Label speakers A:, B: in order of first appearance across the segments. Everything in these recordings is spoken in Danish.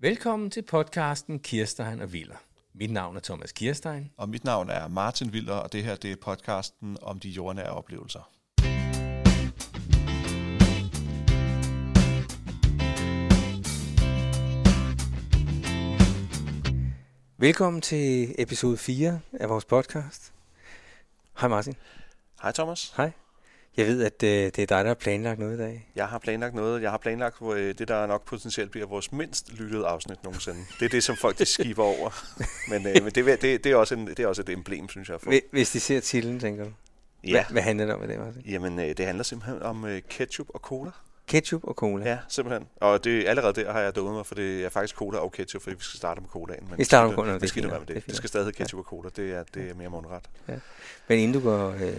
A: Velkommen til podcasten Kirstein og Viller. Mit navn er Thomas Kirstein.
B: Og mit navn er Martin Viller, og det her det er podcasten om de jordnære oplevelser.
A: Velkommen til episode 4 af vores podcast. Hej Martin.
C: Hej Thomas.
A: Hej. Jeg ved, at øh, det er dig, der har planlagt noget i dag.
C: Jeg har planlagt noget. Jeg har planlagt øh, det, der nok potentielt bliver vores mindst lyttede afsnit nogensinde. Det er det, som folk de skiver over. Men, øh, men det, vil- det, det, er også en, det er også et emblem, synes jeg. For.
A: Hvi- Hvis de ser titlen, tænker du. Hvad,
C: Ja.
A: hvad handler det om i dag, Martin?
C: Jamen, øh, det handler simpelthen om øh, ketchup og cola.
A: Ketchup og cola.
C: Ja, simpelthen. Og det, allerede der har jeg dummet mig, for det er faktisk cola og ketchup, fordi vi skal starte med colaen. Men
A: Vi starter med
C: skidt-
A: colaen, det er
C: Men skidt
A: fint
C: nu være
A: nok,
C: med
A: det er
C: det.
A: fint
C: Det skal stadig hedde ketchup og cola. Det er, det er mere mundret.
A: Men inden du går øh,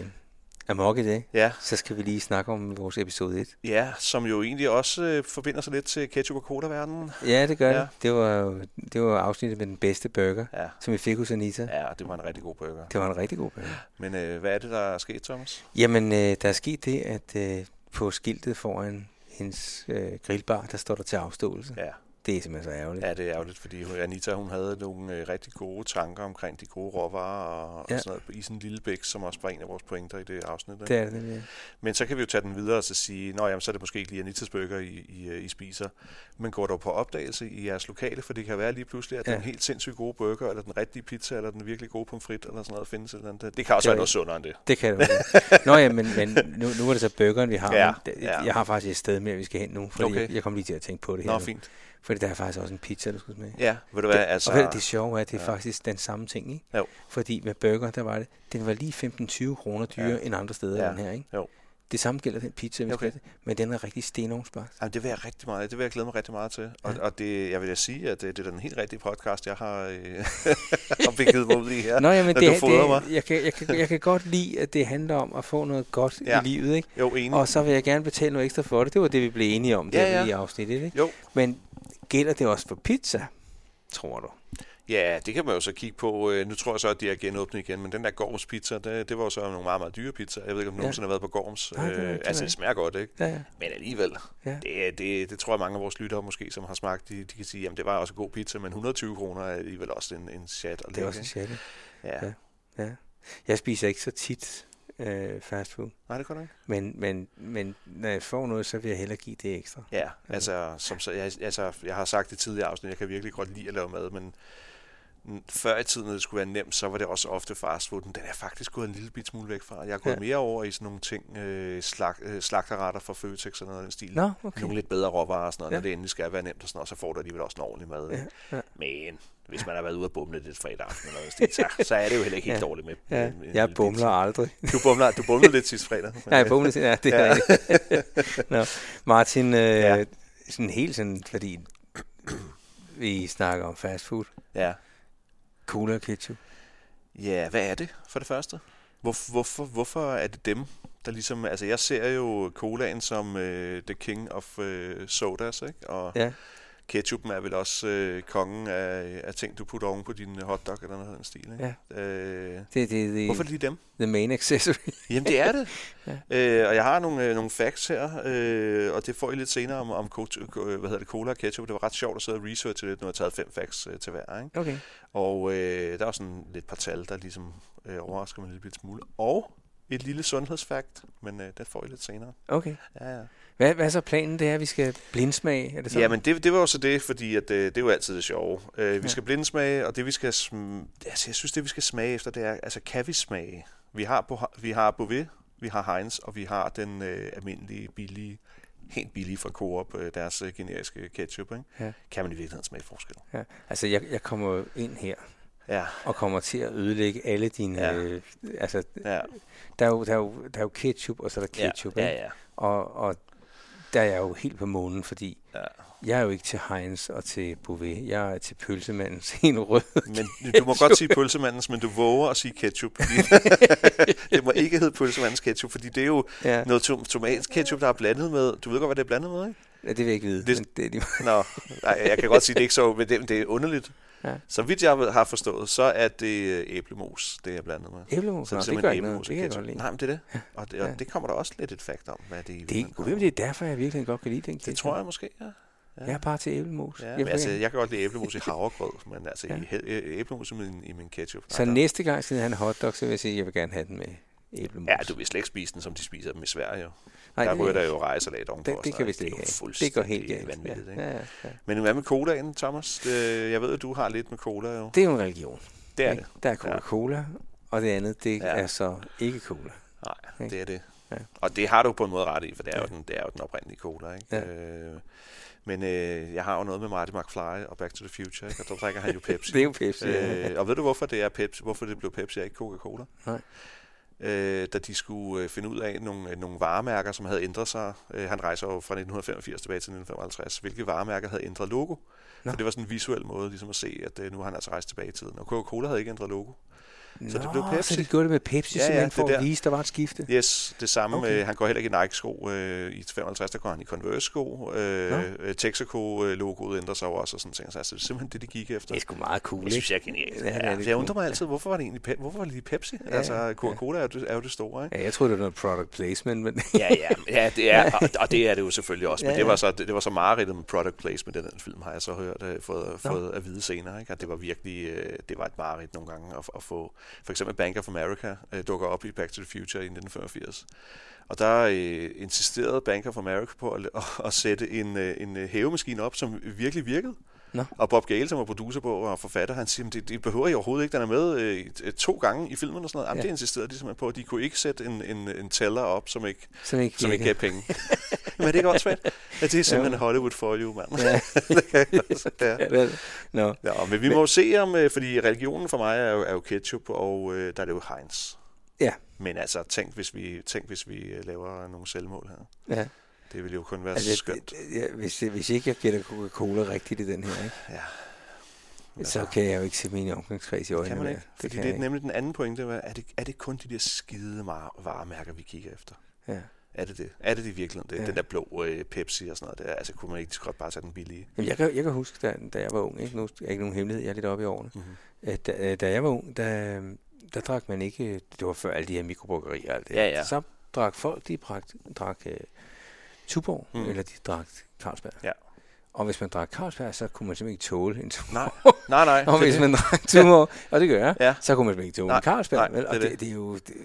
A: amok i det,
C: Ja,
A: så skal vi lige snakke om vores episode 1.
C: ja, som jo egentlig også øh, forbinder sig lidt til ketchup og cola-verdenen.
A: Ja, det gør ja.
C: Ja.
A: det. Det var, jo- det var afsnittet med den bedste burger,
C: Ja.
A: som vi fik hos Anita. Ja.
C: ja, det var en rigtig god burger.
A: Det var en rigtig god burger.
C: Men øh, hvad er det, der er sket, Thomas?
A: Jamen, øh, der er sket det, at øh, på skiltet foran hendes øh, grillbar, der står der til afståelse. Ja.
C: Ja.
A: Det er simpelthen så ærgerligt. Ja.
C: Ja, det er ærgerligt, fordi hun- Anita hun havde nogle øh, rigtig gode tanker omkring de gode råvarer og,
A: Ja.
C: og sådan noget i sådan en lille bæk, som også var en af vores pointer i det afsnit.
A: Det
C: Ikke?
A: er det nemlig.
C: Men så kan vi jo tage den videre og så sige, nå jamen, så er det måske ikke lige Anitas bøger, I, I, øh, I spiser, men går dog på opdagelse i jeres lokale, for det kan være lige pludselig, at
A: Ja.
C: den helt sindssygt gode burger, eller den rigtige pizza, eller den virkelig gode pomfrit, eller sådan noget, findes et eller andet. Det kan også
A: Det er
C: være noget sundere end det.
A: Det kan det jo. Nå ja, men, men nu, nu er det så burgeren, vi har.
C: Ja,
A: men det-
C: ja.
A: Jeg har faktisk et sted mere, vi skal hen nu, fordi
C: Okay.
A: okay. jeg, jeg kom lige til at tænke på det her.
C: Nå,
A: nu.
C: fint.
A: Fordi der er faktisk også en pizza, du skal smage.
C: Ja, ved du hvad, altså...
A: Og ved, du, det sjove er, at det er
C: Ja.
A: faktisk den samme ting, ikke?
C: Jo.
A: Fordi med burger, der var det, den var lige 15-20 kroner dyrere ja.
C: Ja.
A: end andre steder ja.
C: Ja.
A: den her, ikke?
C: Jo.
A: Det samme gælder den pizza, vi okay.
C: Okay.
A: skal have, men den er rigtig stenovnsbagt.
C: Jamen, det vil jeg rigtig meget. Det vil jeg glæde mig rigtig meget til. Og,
A: Ja.
C: ja. og det, jeg vil da sige, at øh, det, det er den helt rigtige podcast, jeg har, øh, har begivet mig ud i her.
A: Nå, jamen,
C: når
A: det,
C: du
A: det,
C: fodrer mig.
A: jeg, kan, jeg, kan, jeg kan godt lide, at det handler om at få noget godt ja.
C: Ja.
A: i livet, ikke?
C: Jo, enig.
A: Og så vil jeg gerne betale noget ekstra for det. Det var det, vi blev enige om
C: Ja,
A: ja, der ja.
C: ja.
A: i afsnittet, ikke?
C: Jo,
A: Men gælder det også for pizza, tror du?
C: ja, det kan man jo så kigge på. Øh, Nu tror jeg så, at de er genåbnet igen, men den der Gorms pizza, det, det var jo så nogle meget, meget dyre pizzaer. Jeg ved ikke, om du
A: Ja.
C: nogensinde har været på Gorms.
A: Nej, det er
C: Øh,
A: rigtigt,
C: altså,
A: nej.
C: det smager godt, ikke?
A: Ja, ja.
C: Men alligevel,
A: Ja.
C: ja. det, det, det tror jeg mange af vores lyttere måske, som har smagt, de, de kan sige, jamen det var også en god pizza, men 120 kroner er alligevel også en, en chat.
A: Det er også en sjældent.
C: Ja.
A: ja. Ja. Jeg spiser ikke så tit øh, fast food,
C: Nej, det går da ikke.
A: men, men, men når jeg får noget, så vil jeg hellere give det ekstra.
C: Ja, altså, som, så, jeg, altså, jeg har sagt i tidligere afsnit, jeg kan virkelig godt lide at lave mad, men n- før i tiden, når det skulle være nemt, så var det også ofte fastfood. Den er jeg faktisk gået en lille bit smule væk fra. Jeg er gået
A: Ja.
C: ja. mere over i sådan nogle ting, øh, slag, øh, slagterretter fra Føtex og noget af den stil.
A: Nå, okay.
C: Nogle lidt bedre råvarer og sådan noget,
A: Ja.
C: ja. når det endelig skal være nemt og sådan noget, så får du alligevel også en ordentlig mad.
A: Ja,
C: Ja.
A: ja.
C: Men hvis man har været ude og bumle lidt fredag aften eller noget, af den stil, så, så er det jo heller ikke helt
A: Ja.
C: dårligt med.
A: Ja,
C: med- med
A: jeg
C: lidt
A: bumler aldrig.
C: pizza. Du bumler, du bumlede lidt sidste fredag. men,
A: Nej,
C: øh,
A: bumler ja, det er
C: Ja.
A: rigtigt. Nå, Martin, øh, ja.
C: Ja.
A: sådan helt sådan, fordi vi snakker om fast food,
C: Ja.
A: cola og ketchup.
C: Ja, hvad er det for det første? Hvor, hvorfor, hvorfor er det dem, der ligesom... Altså, jeg ser jo colaen som øh, the king of øh, sodas, ikke? Og
A: Ja.
C: ketchupen er vel også øh, kongen af, af ting, du putter oven på din hotdog eller noget af den stil, ikke? Ja. Øh,
A: Det, det, det,
C: hvorfor
A: Hvorfor?
C: er det lige dem?
A: the main accessory.
C: Jamen, det er det.
A: Ja.
C: ja. øh, og jeg har nogle, øh, nogle facts her, øh, og det får I lidt senere om, om co- co- hvad hedder det, cola og ketchup. Det var ret sjovt at sidde og researche lidt, nu har jeg taget fem facts øh, til hver, ikke?
A: Okay.
C: Og øh, der er sådan lidt par tal, der ligesom øh, overrasker mig en lille bitte smule. Og et lille sundhedsfakt, men øh, det får I lidt senere.
A: okay.
C: Ja, ja.
A: Hvad, hvad er så planen? Det er, at vi skal blindsmage? Er det sådan?
C: Jamen, det, det var jo så det, fordi at, øh, det er jo altid det sjove. Øh, vi
A: Ja.
C: ja. skal blindsmage, og det vi skal sm- altså, jeg synes, det vi skal smage efter, det er, altså kan vi smage? Vi har, Bo- vi har Bouvet, vi har Heinz, og vi har den øh, almindelige, billige, helt billige fra Coop, øh, deres øh, generiske ketchup. Ikke?
A: Ja.
C: Kan man i virkeligheden smage forskel?
A: Ja. Altså, jeg, jeg kommer jo ind her
C: Ja,
A: og kommer til at ødelægge alle dine... Ja.
C: Ja.
A: Øh, altså,
C: ja,
A: der er, jo, der, er jo, der er jo ketchup, og så er der ketchup,
C: ja,
A: ikke?
C: ja, ja.
A: Og, og der er jeg jo helt på månen, fordi
C: ja.
A: jeg er jo ikke til Heinz og til Bouvet. Jeg er til pølsemandens helt rød.
C: Men du må godt sige pølsemandens, men du våger at sige ketchup. det må ikke hedde pølsemandens ketchup, fordi det er jo
A: Ja,
C: noget tom- tomatsk ketchup, der er blandet med. Du ved godt, hvad det er blandet med, ikke?
A: ja, det vil jeg ikke vide. Det,
C: Det-
A: men det er lige... meget.
C: Nå, nej, jeg kan godt sige, det er ikke så, men det, det er underligt.
A: Ja.
C: Ja. Så vidt jeg har forstået, så er det øh, æblemos, det er blandet med.
A: Æblemos,
C: Så
A: Nå,
C: er
A: det
C: simpelthen
A: gør ikke
C: æblemos
A: noget.
C: og
A: Det kan jeg
C: ketchup.
A: godt lide.
C: Nej, men det er det. Og det, og
A: Ja.
C: det kommer der også lidt et fakt om, hvad det i
A: Det,
C: virkeligheden
A: er,
C: kommer.
A: det er derfor, jeg virkelig godt kan lide den
C: Det tror jeg måske, ja.
A: Ja. Jeg er bare til æblemos.
C: Ja,
A: Jeg
C: men
A: vil
C: altså,
A: gerne-
C: jeg kan godt lide æblemos i havregrød, men altså
A: Ja.
C: ja. i, hæ- æ- æblemos i min, i min ketchup. nej,
A: Så
C: der-
A: næste gang skal jeg have en hotdog, så vil jeg sige, at jeg vil gerne have den med æblemos.
C: Ja, du vil slet ikke spise den, som de spiser dem i Sverige. Jo.
A: Nej,
C: der
A: det-
C: ryger der jo rejesalat ovenpå. og
A: Det, det
C: sådan
A: kan vi
C: noget,
A: slet ikke
C: Det, er
A: have.
C: jo
A: Det går helt
C: fuldstændig
A: galt.
C: vanvittigt, ikke?
A: Ja, ja, ja.
C: Men hvad med colaen, Thomas? Det, jeg ved, at du har lidt med cola jo.
A: Det er jo en religion.
C: Det er
A: ikke?
C: det.
A: Der er Coca-Cola, og det andet, det
C: Ja.
A: er så ikke cola.
C: Nej,
A: Ikke?
C: det er det.
A: Ja.
C: Og det har du på en måde ret i, for det er,
A: Ja.
C: jo, den, det er jo den oprindelige cola. Ikke?
A: Ja.
C: Øh, men øh, jeg har jo noget med Marty McFly og Back to the Future, ikke? og der drikker han jo Pepsi.
A: Det er jo Pepsi. Øh,
C: Øh, og ved du, hvorfor det er Pepsi? Hvorfor det blev Pepsi og ikke Coca-Cola?
A: Nej.
C: Øh, da de skulle øh, finde ud af nogle, øh, nogle varemærker, som havde ændret sig. Øh, han rejser jo fra 1985 tilbage til 1955. Hvilke varemærker havde ændret logo?
A: Nå.
C: Nå. For det var sådan en visuel måde ligesom at se, at øh, nu har han altså rejst tilbage i tiden. Og Coca-Cola havde ikke ændret logo. så det blev Pepsi.
A: så de gjorde det med Pepsi,
C: Ja,
A: ja,
C: ja,
A: simpelthen
C: det
A: for at
C: der.
A: vise, der var et skifte.
C: Yes, det samme.
A: Okay.
C: Okay. Han går heller ikke i Nike-sko. Øh, I 55, der går han i Converse-sko. Øh, øh, Texaco-logoet ændrer sig jo også og sådan ting. Så altså, det er simpelthen det, de gik efter.
A: Det er sgu meget cool,
C: Det synes
A: ikke?
C: jeg er genialt.
A: Ja, det er
C: Ja, ja,
A: lidt
C: jeg
A: cool.
C: undrer mig altid, hvorfor var det egentlig Pepsi? Hvorfor var det lige Pepsi? Ja, altså, Coca-Cola er, jo det, er jo det store, ikke?
A: Ja, jeg troede, det var noget product placement, men
C: Ja, ja, ja, det er, og, og det er det jo selvfølgelig også. Men
A: Ja,
C: det
A: ja.
C: var så, det, det var så mareridtet med product placement, den, den film har jeg så hørt, øh, fået, fået at vide senere, ikke? at det var virkelig, øh, det var et mareridt nogle gange at, at få, for eksempel Bank of America øh, dukker op i Back to the Future i 1985. Og der øh, insisterede Bank of America på at, at, at sætte en, øh, en øh, hævemaskine op, som virkelig virkede.
A: Nå.
C: Og Bob Gale, som var producer på og forfatter, han siger, at det, det behøver I overhovedet ikke. Den er med øh, t- to gange i filmen og sådan noget. Jamen,
A: Ja.
C: ja. det insisterede de simpelthen på. De kunne ikke sætte en, en, en teller op, som ikke
A: som ikke,
C: som ikke gav
A: virkede.
C: penge. Men det er ikke også fedt? Ja, det er simpelthen Hollywood for you, mand.
A: Ja.
C: ja.
A: Ja, vel. Nå,
C: Ja, men vi må jo se om, øh, fordi religionen for mig er jo, er jo ketchup, og øh, der er det jo Heinz.
A: Ja.
C: Men altså, tænk hvis vi, tænk, hvis vi øh, laver nogle selvmål her.
A: ja.
C: Det ville jo kun være altså,
A: Altså,
C: skønt.
A: det- ja, hvis, hvis ikke jeg gætter Coca-Cola rigtigt i den her, ikke?
C: Ja.
A: så kan jeg jo ikke se min omgangskreds i
C: Det
A: øjnene
C: kan man
A: mere.
C: ikke. Fordi
A: kan
C: det, det
A: jeg
C: er nemlig den anden pointe. hvad- Er det, er det kun de der skide mar- varemærker, vi kigger efter?
A: Ja.
C: Er det det? Er det det virkelig? Det,
A: Ja.
C: ja. Den der blå øh, Pepsi og sådan noget der. Altså, kunne man ikke lige så godt bare tage den billige?
A: Jamen, jeg, kan, jeg kan huske, da, da jeg var ung, ikke? Nu er det ikke nogen hemmelighed, jeg er lidt oppe i årene,
C: Mm-hmm.
A: at da, øh, da jeg var ung, der, der drak man ikke, det var før alle de her mikrobryggerier og alt det
C: Ja, ja.
A: Så drak folk, de drak, drak uh, Tuborg, mm.
C: Mm.
A: eller de drak Carlsberg.
C: Ja.
A: Og hvis man drak Carlsberg, så kunne man simpelthen ikke tåle en Tuborg.
C: Nej, nej, nej. det
A: Og
C: er
A: hvis
C: det.
A: man drak Tuborg, og det gør jeg,
C: Ja.
A: så kunne man simpelthen ikke tåle
C: Nej,
A: en Carlsberg.
C: nej,
A: vel? Og
C: det
A: det,
C: er
A: det.
C: det.
A: er jo det, det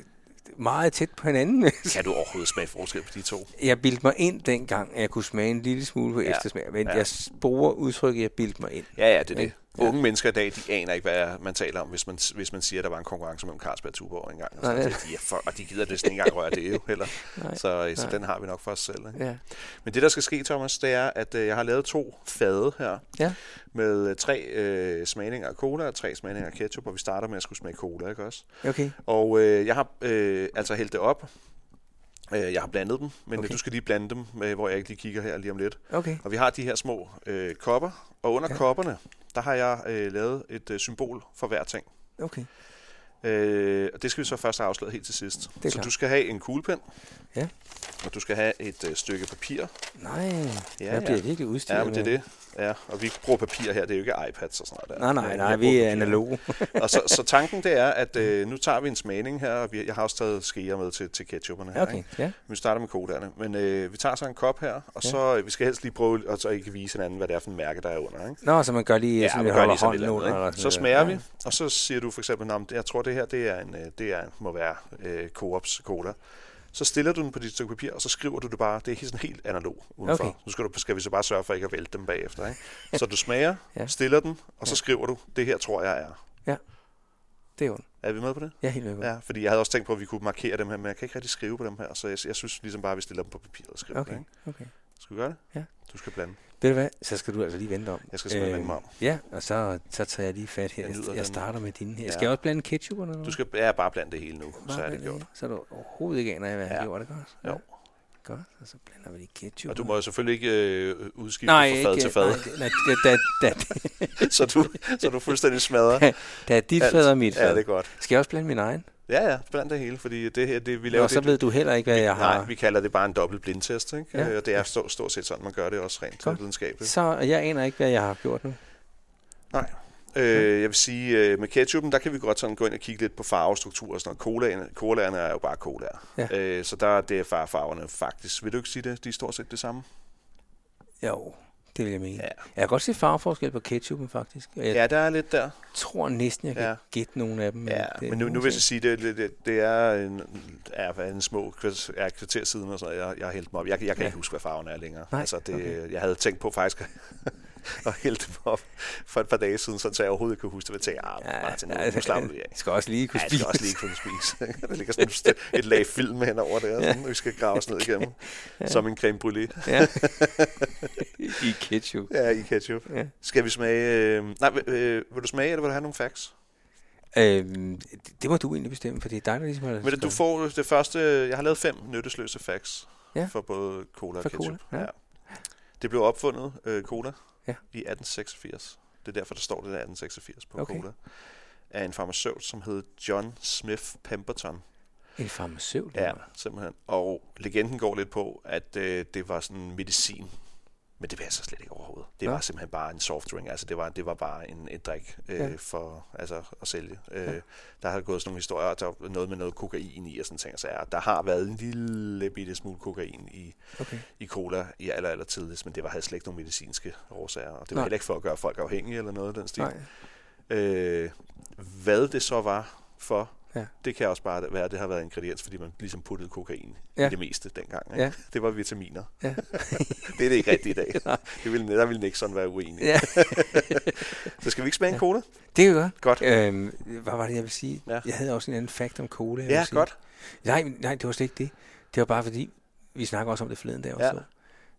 A: er meget tæt på hinanden.
C: Kan du overhovedet smage forskel på de to?
A: jeg bildte mig ind dengang, at jeg kunne smage en lille smule på ja.
C: Ja,
A: eftersmag, men ja.
C: ja.
A: jeg sporer udtrykket, jeg bildte mig ind.
C: Ja, ja, det er det.
A: Ikke? Ja.
C: Unge mennesker i dag, de aner ikke, hvad man taler om, hvis man, hvis man siger, at der var en konkurrence mellem Carlsberg og Tuborg engang. Og,
A: Nej,
C: sådan,
A: det-
C: noget. de er for, og de gider næsten ikke engang røre det jo heller.
A: Nej,
C: Så, øh, så
A: nej.
C: den har vi nok for os selv. Ikke?
A: Ja.
C: Men det, der skal ske, Thomas, det er, at øh, jeg har lavet to fade her.
A: Ja.
C: Med øh, tre øh, smagninger af cola og tre smagninger af ketchup, og vi starter med at skulle smage cola, ikke også?
A: Okay.
C: Og øh, jeg har øh, altså hældt det op. Øh, jeg har blandet dem, men
A: Okay.
C: okay. du skal lige blande dem, øh, hvor jeg ikke lige kigger her lige om lidt.
A: Okay.
C: Og vi har de her små øh, kopper, og under
A: Ja.
C: ja. kopperne, der har jeg øh, lavet et øh, symbol for hver ting.
A: Okay.
C: Øh, og det skal vi så først have afsløret helt til sidst.
A: er
C: Så
A: klart.
C: du skal have en kuglepen,
A: Ja.
C: og du skal have et øh, stykke papir.
A: Nej, ja,
C: Ja,
A: jeg bliver
C: ja.
A: virkelig udstyret.
C: Ja, men det er
A: med-
C: det. Ja, og vi bruger papir her, det er jo ikke iPads og sådan noget. Der.
A: Nej, nej, nej,
C: Jeg
A: vi
C: bruger
A: er
C: papir.
A: analoge.
C: og så, så tanken det er, at øh, nu tager vi en smagning her, og vi, jeg har også taget skeer med til, til ketchuperne her.
A: Okay,
C: Ikke?
A: ja.
C: Vi starter med colaerne, men øh, vi tager så en kop her, og
A: Ja.
C: ja. så øh, vi skal helst lige prøve, og så I kan vise hinanden, hvad det er for en mærke, der er under. Ikke?
A: Nå, så man gør lige, ja, sådan,
C: vi
A: man
C: gør
A: holder
C: lige sådan et
A: hånden
C: eller andet, ikke?
A: under. og
C: Så
A: sådan
C: smager
A: noget.
C: vi, og så siger du for eksempel, at jeg tror, det her det er en, øh, det er, må være øh, Coops cola. Så stiller du den på dit stykke papir, og så skriver du det bare. Det er helt- sådan helt analog udenfor.
A: Okay.
C: Okay. Nu skal, du, skal vi så bare sørge for ikke at vælte dem bagefter. Ikke? Så du smager,
A: Ja.
C: ja. stiller den, og så
A: Ja.
C: skriver du, det her tror jeg er.
A: Det er ondt.
C: Er vi med på det?
A: Ja, helt vildt. Ja.
C: Ja, fordi jeg havde også tænkt på, at vi kunne markere dem her, men jeg kan ikke rigtig skrive på dem her, så jeg, jeg synes ligesom bare, at vi stiller dem på papiret og skriver
A: Okay,
C: dem. Ikke?
A: okay.
C: Skal vi gøre det?
A: Ja.
C: Du skal blande.
A: Ved du hvad, så skal du altså lige vente om.
C: Jeg skal simpelthen
A: Øhm,
C: vende mig om.
A: Ja, og så, så tager jeg lige fat her.
C: Jeg
A: Jeg,
C: nyder
A: jeg,
C: den.
A: starter med din her.
C: Ja.
A: Skal jeg også blande ketchup eller noget?
C: Du skal ja, bare blande det hele nu,
A: Bare
C: så er det
A: blande
C: gjort.
A: her, Så du overhovedet ikke aner, hvad jeg har
C: Ja.
A: gjort. Er det godt?
C: Jo.
A: Godt, og så blander vi lige ketchup.
C: Og du
A: og-
C: må jo selvfølgelig ikke øh, udskifte
A: Nej,
C: Nej, fra
A: ikke,
C: fad til fad,
A: nej, det- nej, det- da, da,
C: så, du, så du fuldstændig smadrer.
A: da, da dit
C: alt.
A: fad og mit
C: Ja, det
A: fad.
C: er godt.
A: Skal jeg også blande min egen?
C: Ja, ja, blandt det hele, fordi det her, det, vi laver
A: Nå, så
C: det,
A: ved du heller ikke, hvad jeg
C: Nej,
A: har.
C: vi kalder det bare en dobbelt blindtest, ikke?
A: Ja.
C: Ja. Og det er stort, stort set sådan, man gør det også rent
A: Godt.
C: godt. videnskabeligt.
A: Så jeg aner ikke, hvad jeg har gjort nu.
C: Nej. Øh, jeg vil sige, øh, med ketchupen, der kan vi godt sådan gå ind og kigge lidt på farvestruktur og sådan noget. Colaerne, colaerne er jo bare colaer.
A: Ja.
C: Ja. Øh, så der det er far- farverne faktisk. Vil du ikke sige det? De er stort set det samme.
A: Jo, det vil jeg mene. Ja.
C: Ja.
A: Jeg kan godt se farveforskel på ketchupen, faktisk. Og Jeg ja.
C: Ja, der er lidt der.
A: tror næsten, jeg kan ja.
C: Ja.
A: gætte nogle af dem.
C: Ja,
A: det er
C: men nu, nu
A: nogle
C: vil jeg
A: ting.
C: så sige, det, det, det, det er en, er, hvad, en små kvarter, ja, kvarter siden, og sådan noget, jeg, jeg har hældt dem op. Jeg, kan- jeg kan
A: Ja.
C: ja. ikke huske, hvad farven er længere.
A: Nej,
C: altså, det,
A: okay.
C: Jeg havde tænkt på faktisk at hælde dem op for et par dage siden, sådan, så jeg overhovedet ikke kunne huske det. Men Jeg tænkte, ah, ja, Martin, nu, ja, nu slapper vi af.
A: skal også lige kunne
C: Ja, det
A: spise.
C: skal også lige kunne spise. der ligger sådan et- et lag film hen over der,
A: Ja.
C: ja. sådan, vi skal grave os ned igennem. Som en creme brûlée.
A: ja. I ketchup.
C: Ja, i ketchup.
A: Ja.
C: Skal vi smage... Øh, nej, vil- øh, vil du smage, eller vil du have nogle facts?
A: Øhm, det- det må du egentlig bestemme, for det er dig, der ligesom har...
C: Men du får det første... Jeg har lavet fem nyttesløse facts
A: Ja.
C: ja. for både cola
A: For
C: og ketchup.
A: cola, ja.
C: Det blev opfundet, øh, cola,
A: Ja.
C: i 1886. Det er derfor, der står det der 1886 på
A: Okay.
C: cola. Af en farmaceut, som hed John Smith Pemberton.
A: En farmaceut?
C: Ja, simpelthen. Og legenden går lidt på, at øh, det var sådan medicin. Men det passer slet ikke overhovedet. Det
A: Nå.
C: var simpelthen bare en soft drink. Altså, det var, det var bare en, en drik øh,
A: Ja.
C: ja. for altså, at sælge. Øh,
A: Ja.
C: Der har gået sådan nogle historier, der var noget med noget kokain i og sådan ting. Så ja, der har været en lille bitte smule kokain i,
A: Okay.
C: i cola i aller, aller tidligst, men det var havde slet ikke nogen medicinske årsager. Og det var
A: Nej.
C: Nej. heller ikke for at gøre folk afhængige eller noget af den stil.
A: Nej.
C: Øh, hvad det så var for,
A: Ja.
C: ja. det kan også bare være, at det har været en ingrediens, fordi man ligesom puttede kokain
A: Ja.
C: ja. i det meste dengang. Ikke?
A: Ja.
C: Det var vitaminer.
A: Ja.
C: Det er det ikke rigtigt i dag. Det ville, der ville Nixon være uenig.
A: ja.
C: Så skal vi ikke smage en cola?
A: Det er jo godt.
C: Godt.
A: Øhm, hvad var det, jeg ville sige? Ja.
C: Ja.
A: Jeg havde også en anden fact om cola. jeg
C: Ja,
A: ville sige.
C: godt.
A: Nej, men- nej, det var slet ikke det. Det var bare fordi, vi snakker også om det forleden der også,
C: Ja.
A: ja.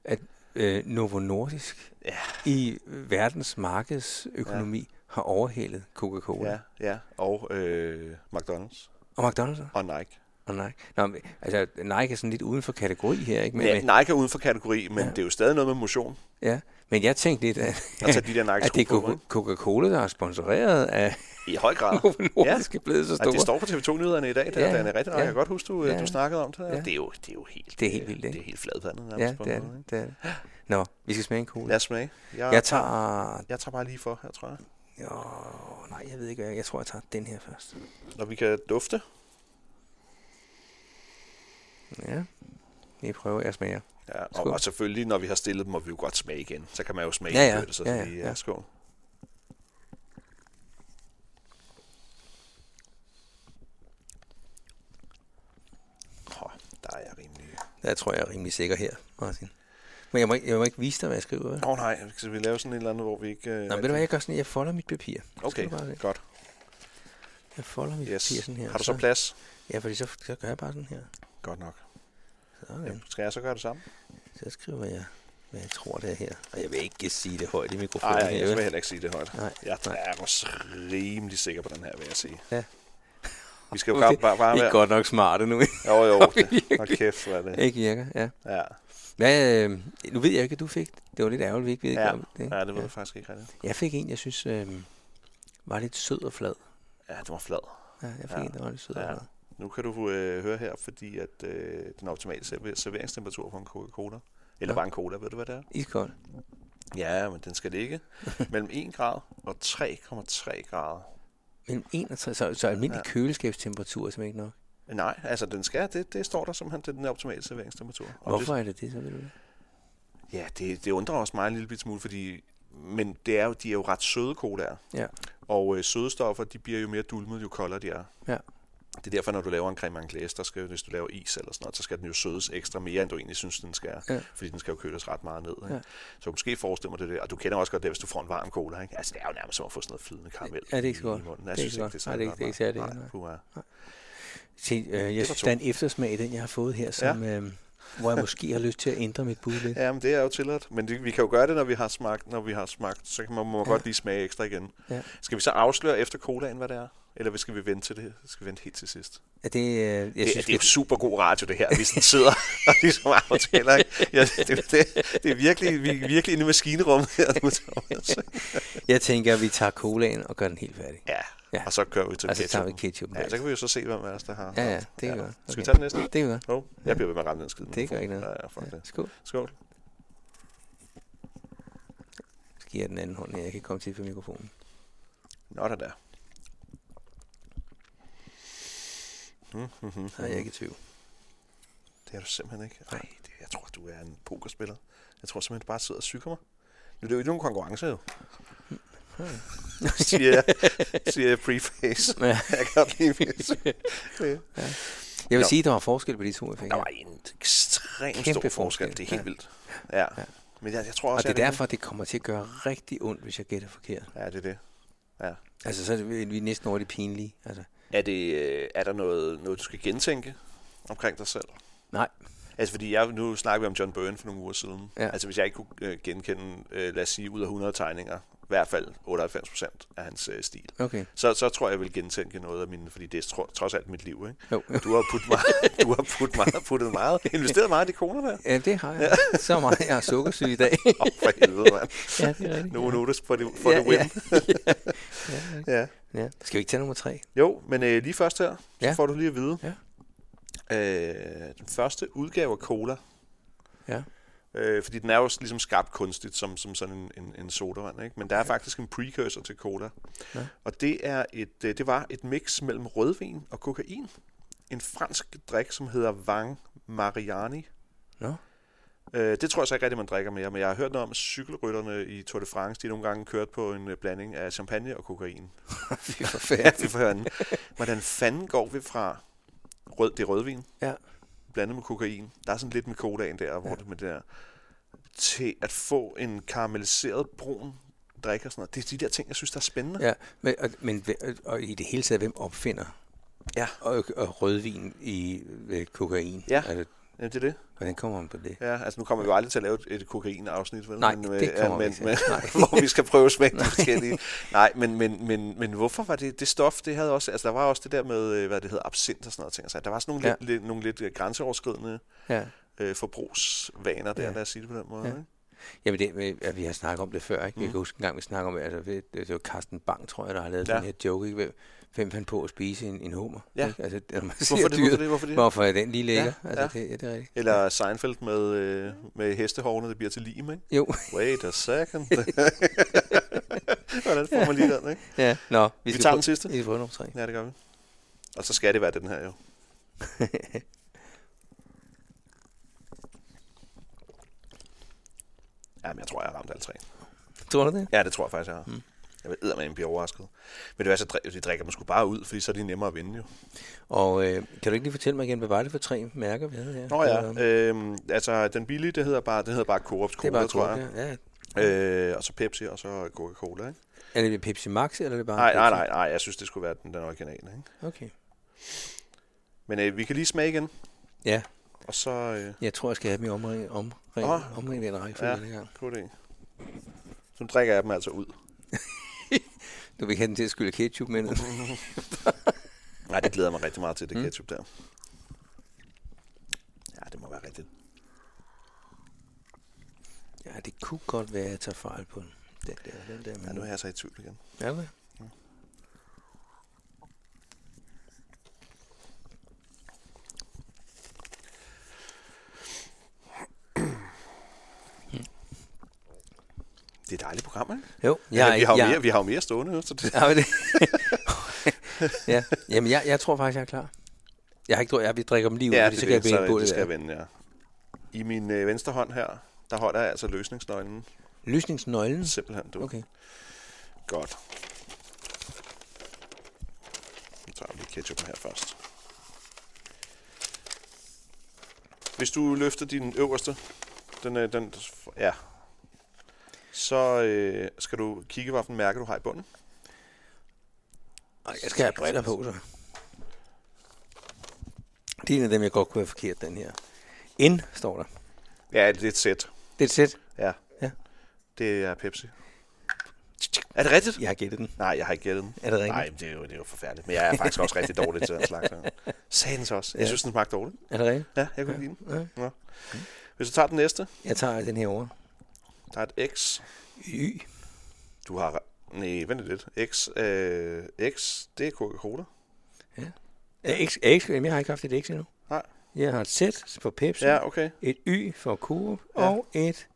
A: at øh, Novo Nordisk
C: Ja.
A: i verdens markedsøkonomi ja. har overhældet Coca-Cola. Ja.
C: Ja, ja. Og øh, McDonald's
A: Og McDonald's også?
C: og Nike.
A: og Nike. Nå, men, altså, Nike er sådan lidt uden for kategori her, ikke? Men,
C: Men,
A: ja,
C: ja,
A: men,
C: Nike er uden for kategori, men
A: Ja.
C: ja. det er jo stadig noget med motion.
A: ja. men jeg tænkte lidt, at,
C: At tage Altså, de der
A: at det er
C: Nike-sko på.
A: Coca- Coca-Cola, der er sponsoreret af
C: ikke? I høj grad.
A: Novo Nordisk, ja. er blevet så
C: At
A: store.
C: det står på TV2-nyhederne i dag, det
A: Ja,
C: ja, er rigtig nok.
A: ja.
C: Jeg kan godt huske, du,
A: Ja.
C: ja. du snakkede om det. Der.
A: Ja.
C: Ja. Det, er jo, det er jo helt, øh,
A: Det er helt vildt, ikke?
C: Det er helt fladvandet nærmest
A: ja,
C: på en
A: det er
C: måde, ikke?
A: det. det er det. Nå, vi skal smage en cola.
C: Lad os smage. Jeg,
A: Jeg tager...
C: jeg tager bare lige for her, tror jeg.
A: Åh, nej, jeg ved ikke, hvad jeg... Jeg tror, jeg tager den her først.
C: Og vi kan dufte.
A: Ja. Vi prøver, jeg smager.
C: Ja, og,
A: Skål.
C: og selvfølgelig, når vi har stillet dem, må vi jo godt smage igen. Så kan man jo smage
A: Ja, ja.
C: det, så
A: Ja, ja,
C: lige,
A: ja.
C: skål. Åh, der er jeg rimelig...
A: Der tror jeg, jeg er rimelig sikker her, Martin. Men jeg må, ikke- jeg må ikke vise dig, hvad jeg skriver. vel?
C: Nå nej, skal vi lave sådan et eller andet, hvor vi ikke... øh,
A: Nå, ved du hvad, jeg gør sådan, jeg folder mit papir. Så
C: Okay,
A: skal du bare se.
C: godt.
A: Jeg folder mit
C: Yes.
A: papir sådan her.
C: Har du så plads?
A: Ja, fordi så, så gør jeg bare sådan her.
C: Godt nok. Ja,
A: Sådan.
C: skal jeg så gøre det samme?
A: Så skriver jeg, hvad jeg tror, det er her. Og jeg vil ikke sige det højt i mikrofonen.
C: Nej,
A: her,
C: jeg
A: vel?
C: skal heller ikke sige det højt.
A: Nej,
C: Jeg
A: nej.
C: er også rimelig sikker på den her, vil jeg sige.
A: Ja.
C: Vi skal jo
A: Okay.
C: bare, bare, bare
A: I er
C: være...
A: godt nok smarte nu.
C: Jo, jo.
A: Okay,
C: Det. Hold kæft, hvad er det?
A: ikke virker, ja.
C: Ja,
A: Hvad, øh, nu ved jeg ikke, at du fik. Det var lidt ærgerligt, vi ikke ved.
C: Ja.
A: Om det, ikke?
C: ja det ved jeg faktisk ikke rigtigt.
A: Jeg fik en, jeg synes øh, var lidt sød og flad.
C: Ja, det var flad.
A: Ja, jeg fik ja.
C: Ja.
A: en, der var lidt sød ja.
C: Ja.
A: og flad.
C: Nu kan du øh, høre her, fordi at øh, den automatiske server- serveringstemperatur på en Coca-Cola, eller
A: Ja.
C: bare en cola, ved du hvad det er?
A: Iskold.
C: Ja, men den skal ligge mellem 1 grad og 3,3 grader.
A: Mellem 61, så, så almindelig ja. køleskabstemperatur er simpelthen ikke nok.
C: Nej, altså den skal, det, det står der simpelthen, det er den automatiske serveringstemperatur. Og
A: Hvorfor er det det, så ved du det?
C: Det, ja, det, det undrer også mig en lille bit smule, fordi, men det er jo, de er jo ret søde colaer,
A: Ja.
C: og øh, søde stoffer, de bliver jo mere dulmet, jo koldere de er.
A: Ja.
C: Det er derfor, når du laver en creme anglaise, der skal, hvis du laver is eller sådan noget, så skal den jo sødes ekstra mere, end du egentlig synes, den skal.
A: Ja.
C: Fordi den skal jo køles ret meget ned. Ikke?
A: Ja.
C: Ja. Så måske forestiller mig det der. Og du kender også godt det, hvis du får en varm cola. Ikke? Altså, det er jo nærmest som at få sådan noget flydende karamel.
A: Ja, det er ikke så
C: i- i
A: godt.
C: munden.
A: Det er
C: Jeg
A: ikke
C: synes
A: så
C: ikke,
A: godt.
C: det er
A: Nej, det er ikke- det er ikke særlig,
C: Nej,
A: nej.
C: puha.
A: Se, øh, jeg
C: var
A: synes,
C: to.
A: der er en eftersmag i den, jeg har fået her, som, ja. øh, hvor jeg måske har lyst til at ændre mit bud lidt.
C: Ja, men det er jo tilladt. Men det, vi kan jo gøre det, når vi har smagt. Når vi har smagt så kan man, må man
A: Ja.
C: ja. godt lige smage ekstra igen.
A: Ja.
C: Skal vi så afsløre efter colaen, hvad det er? Eller skal vi vente til det? Skal vi vente helt til sidst?
A: Er det, øh, jeg
C: Jeg det,
A: synes,
C: synes, det er jo
A: at-
C: super god radio, det her. Vi sådan sidder og ligesom aftaler. Ikke? Ja, det, det, det, er virkelig, vi er virkelig inde i maskinerummet her nu, Thomas.
A: jeg tænker, at vi tager colaen og gør den helt færdig.
C: Ja,
A: Ja.
C: ja. og så kører vi til
A: Og så tager vi
C: ketchupen.
A: ketchupen.
C: Ja,
A: Ja,
C: så kan vi jo så se, hvem af os, der har.
A: ja, ja det er godt.
C: Skal vi
A: Okay.
C: tage den næste?
A: Det er godt.
C: Jo, oh, jeg bliver ved med at ramme den skide.
A: Det gør
C: mikrofon.
A: ikke noget.
C: Ja, ja, fuck
A: Ja.
C: det.
A: Skål.
C: Skål.
A: Så giver jeg den anden hånd, her. jeg kan komme til for mikrofonen.
C: Nå, der der. Mm, mm, mm,
A: Så er jeg ikke i tvivl.
C: Det er du simpelthen ikke. Nej, det, jeg tror, du er en pokerspiller. Jeg tror simpelthen, du bare sidder og syger mig. Nu er det jo ikke nogen konkurrence, jo. siger, jeg- siger jeg preface.
A: Ja.
C: Jeg kan godt lide det. Ja.
A: Jeg vil
C: Nå.
A: sige, at der var forskel på de to effekter.
C: Der var en ekstrem
A: Kæmpe
C: stor forskel.
A: forskel.
C: Det er
A: Ja.
C: helt vildt. Ja.
A: Ja.
C: Men jeg, jeg tror
A: Og
C: også,
A: det er
C: jeg
A: derfor, det kommer til at gøre rigtig ondt, hvis jeg gætter forkert.
C: Ja, det er det.
A: Altså, så er det- vi er næsten over det pinlige. Altså,
C: Er, det, øh, er der noget, noget, du skal gentænke omkring dig selv?
A: Nej.
C: Altså, fordi jeg, nu snakker vi om John Byrne for nogle uger siden.
A: Ja.
C: Ja. Altså, hvis jeg ikke kunne øh, genkende, øh, lad os sige, ud af 100 tegninger, i hvert fald 98 procent af hans øh, stil,
A: okay.
C: så, så tror jeg, jeg vil gentænke noget af mine, fordi det er tro, trods alt mit liv, ikke?
A: Jo.
C: Du har puttet meget, du har puttet meget, puttet meget, investeret meget i de kroner der.
A: Ja, det har jeg. Så meget. Jeg er sukkersyg i dag.
C: Åh, oh, for helvede, mand.
A: ja, det er rigtigt.
C: No notice for the, for the win.
A: ja. ja. ja, det
C: Ja.
A: er- ja. Skal vi ikke tage nummer tre?
C: Jo, men øh, lige først her, så
A: Ja.
C: ja. får du lige at vide.
A: Ja.
C: Øh, den første udgave af Cola.
A: Ja.
C: Øh, fordi den er jo s- ligesom skabt kunstigt, som, som sådan en, en, en sodavand. Ikke? Men der er faktisk en precursor til cola.
A: Ja.
C: Og det, er et, øh, det var et mix mellem rødvin og kokain. En fransk drik, som hedder Vang Mariani.
A: Nå.
C: Øh, det tror jeg så ikke rigtig, man drikker mere, men jeg har hørt noget om, at cykelrytterne i Tour de France, de nogle gange kørte på en øh, blanding af champagne og kokain.
A: Det er
C: Ja,
A: forfærdeligt.
C: vi får høre den. Hvordan fanden går vi fra rød, det er rødvin,
A: Ja.
C: blandet med kokain, der er sådan lidt med kodaen der, hvor
A: Ja.
C: ja. det med det der, til at få en karamelliseret brun drik og sådan noget. Det er de der ting, jeg synes, der er spændende.
A: Ja, men, og, men hve- og i det hele taget, hvem opfinder
C: Ja.
A: og, og rødvin i øh, kokain?
C: Ja.
A: Altså,
C: Ja. det er det.
A: hvordan kommer man på det?
C: Ja, altså nu kommer vi jo aldrig til at lave et, et kokain-afsnit, vel?
A: Nej,
C: øh,
A: det
C: ja,
A: kommer vi
C: men,
A: ikke til.
C: men,
A: Nej.
C: hvor vi skal prøve at smage de forskellige. Nej, men, men, men, men hvorfor var det, det stof, det havde også, altså der var også det der med, øh, hvad det hedder, absint og sådan noget ting. Altså, der var sådan nogle,
A: Ja.
C: ja. lidt, lidt, nogle lidt øh, grænseoverskridende
A: Ja.
C: øh, forbrugsvaner der,
A: Ja.
C: ja. lad os sige det på den måde.
A: Ja.
C: Ja. Ikke?
A: Jamen, det, med- at vi har snakket om det før, ikke? Mm. Jeg
C: Mhm.
A: kan huske en gang, vi snakkede om, altså, det, det var Carsten Bang, tror jeg, der har lavet ja.
C: Ja.
A: den her joke, ikke? Hvem- Hvem fandt på at spise en, en hummer?
C: Ja.
A: Ikke? Altså, når man ser
C: Hvorfor det, hvorfor
A: dyret,
C: det, hvorfor det?
A: hvorfor er den lige lækker?
C: Ja,
A: Altså, Det, ja, det er rigtigt.
C: Eller Seinfeld med, øh, med hestehårene, det bliver til lim, ikke?
A: Jo,
C: Wait a second. Hvordan får man lige den, ikke?
A: ja. Nå, vi,
C: Vi
A: skal
C: tager
A: prøve-
C: den sidste.
A: Vi skal prøve nummer tre.
C: Ja, det gør vi. Og så skal det være den her, jo. Jamen, jeg tror, jeg har ramt alle tre.
A: Tror du det?
C: Ja, det tror jeg faktisk, jeg har.
A: Mm.
C: Mm. Jeg ved, at man bliver overrasket. Men det er så dri- de drikker man sgu bare ud, fordi så er de nemmere at vinde, jo.
A: Og øh, kan du ikke lige fortælle mig igen, hvad var det for tre mærker, vi havde her?
C: Nå ja,
A: Øhm,
C: øhm, altså den billige, det hedder bare, det hedder bare Coops
A: det er
C: Cola,
A: bare
C: tror
A: Cola,
C: jeg.
A: ja. ja.
C: Øh, og så Pepsi, og så Coca-Cola, ikke?
A: Er det Pepsi Max, eller er det bare
C: Nej, nej,
A: Pepsi?
C: nej, nej, jeg synes, det skulle være den, den originale, ikke?
A: Okay.
C: Men øh, vi kan lige smage igen,
A: Ja,
C: og så... Øh,
A: jeg tror, jeg skal have dem i omring, omring,
C: Åh.
A: omring den rækkefølge
C: Ja.
A: ja. gang.
C: god idé. Så nu drikker jeg dem altså ud.
A: Du vil have den til at skylle ketchup med ned.
C: Nej, det glæder jeg mig rigtig meget til, det
A: Mm.
C: ketchup der. Ja, det må være rigtigt.
A: Ja, det kunne godt være, at jeg tager fejl på den. Den der, den der.
C: Ja, nu
A: Men...
C: er jeg så i tvivl igen.
A: Ja, okay.
C: Det er et dejligt program, ikke?
A: Jo,
C: Ja,
A: jeg,
C: vi, har jo
A: jeg,
C: mere, vi har jo mere stående, jo, så det,
A: Ja, men det. ja, jamen jeg, jeg tror faktisk, jeg er klar. Jeg har ikke drukket, jeg, vi drikker dem lige ud,
C: ja,
A: ja,
C: det,
A: så
C: er
A: kan jeg
C: det,
A: blive
C: så
A: helt på
C: det, det
A: det
C: skal jeg
A: der.
C: vende, ja. I min øh, venstre hånd her, der holder jeg altså løsningsnøglen.
A: Lysningsnøglen.
C: Simpelthen, du.
A: Okay.
C: Godt. Nu tager vi lige ketchupen her først. Hvis du løfter din øverste, den, øh, den ja, så øh, skal du kigge, hvilken mærke du har i bunden.
A: Og jeg skal have briller på, så. Det er en af dem, jeg godt kunne have forkert, den her. N står der.
C: Ja, det er et sæt.
A: Det er et sæt.
C: Ja.
A: Ja.
C: Det er Pepsi. Er det rigtigt?
A: Jeg har gættet den.
C: Nej, jeg har ikke gættet den.
A: Er det rigtigt?
C: Nej, men det er, jo, det er jo forfærdeligt. Men jeg er faktisk også rigtig dårlig til den slags. Sagens også.
A: Ja.
C: Jeg synes, den smagte dårligt.
A: Er det rigtigt?
C: Ja, jeg kunne lide den.
A: Ja.
C: Hvis du tager den næste,
A: Jeg tager den her over.
C: der er et X.
A: Y.
C: Du har... Nej, vent lidt. X, øh, X det er Coca-Cola.
A: Er X, er X, jamen, jeg har ikke haft et X endnu.
C: Nej.
A: Jeg har et Z for Pepsi, ja.
C: Ja, okay.
A: et Y for Coop ja.
C: Ja.
A: og et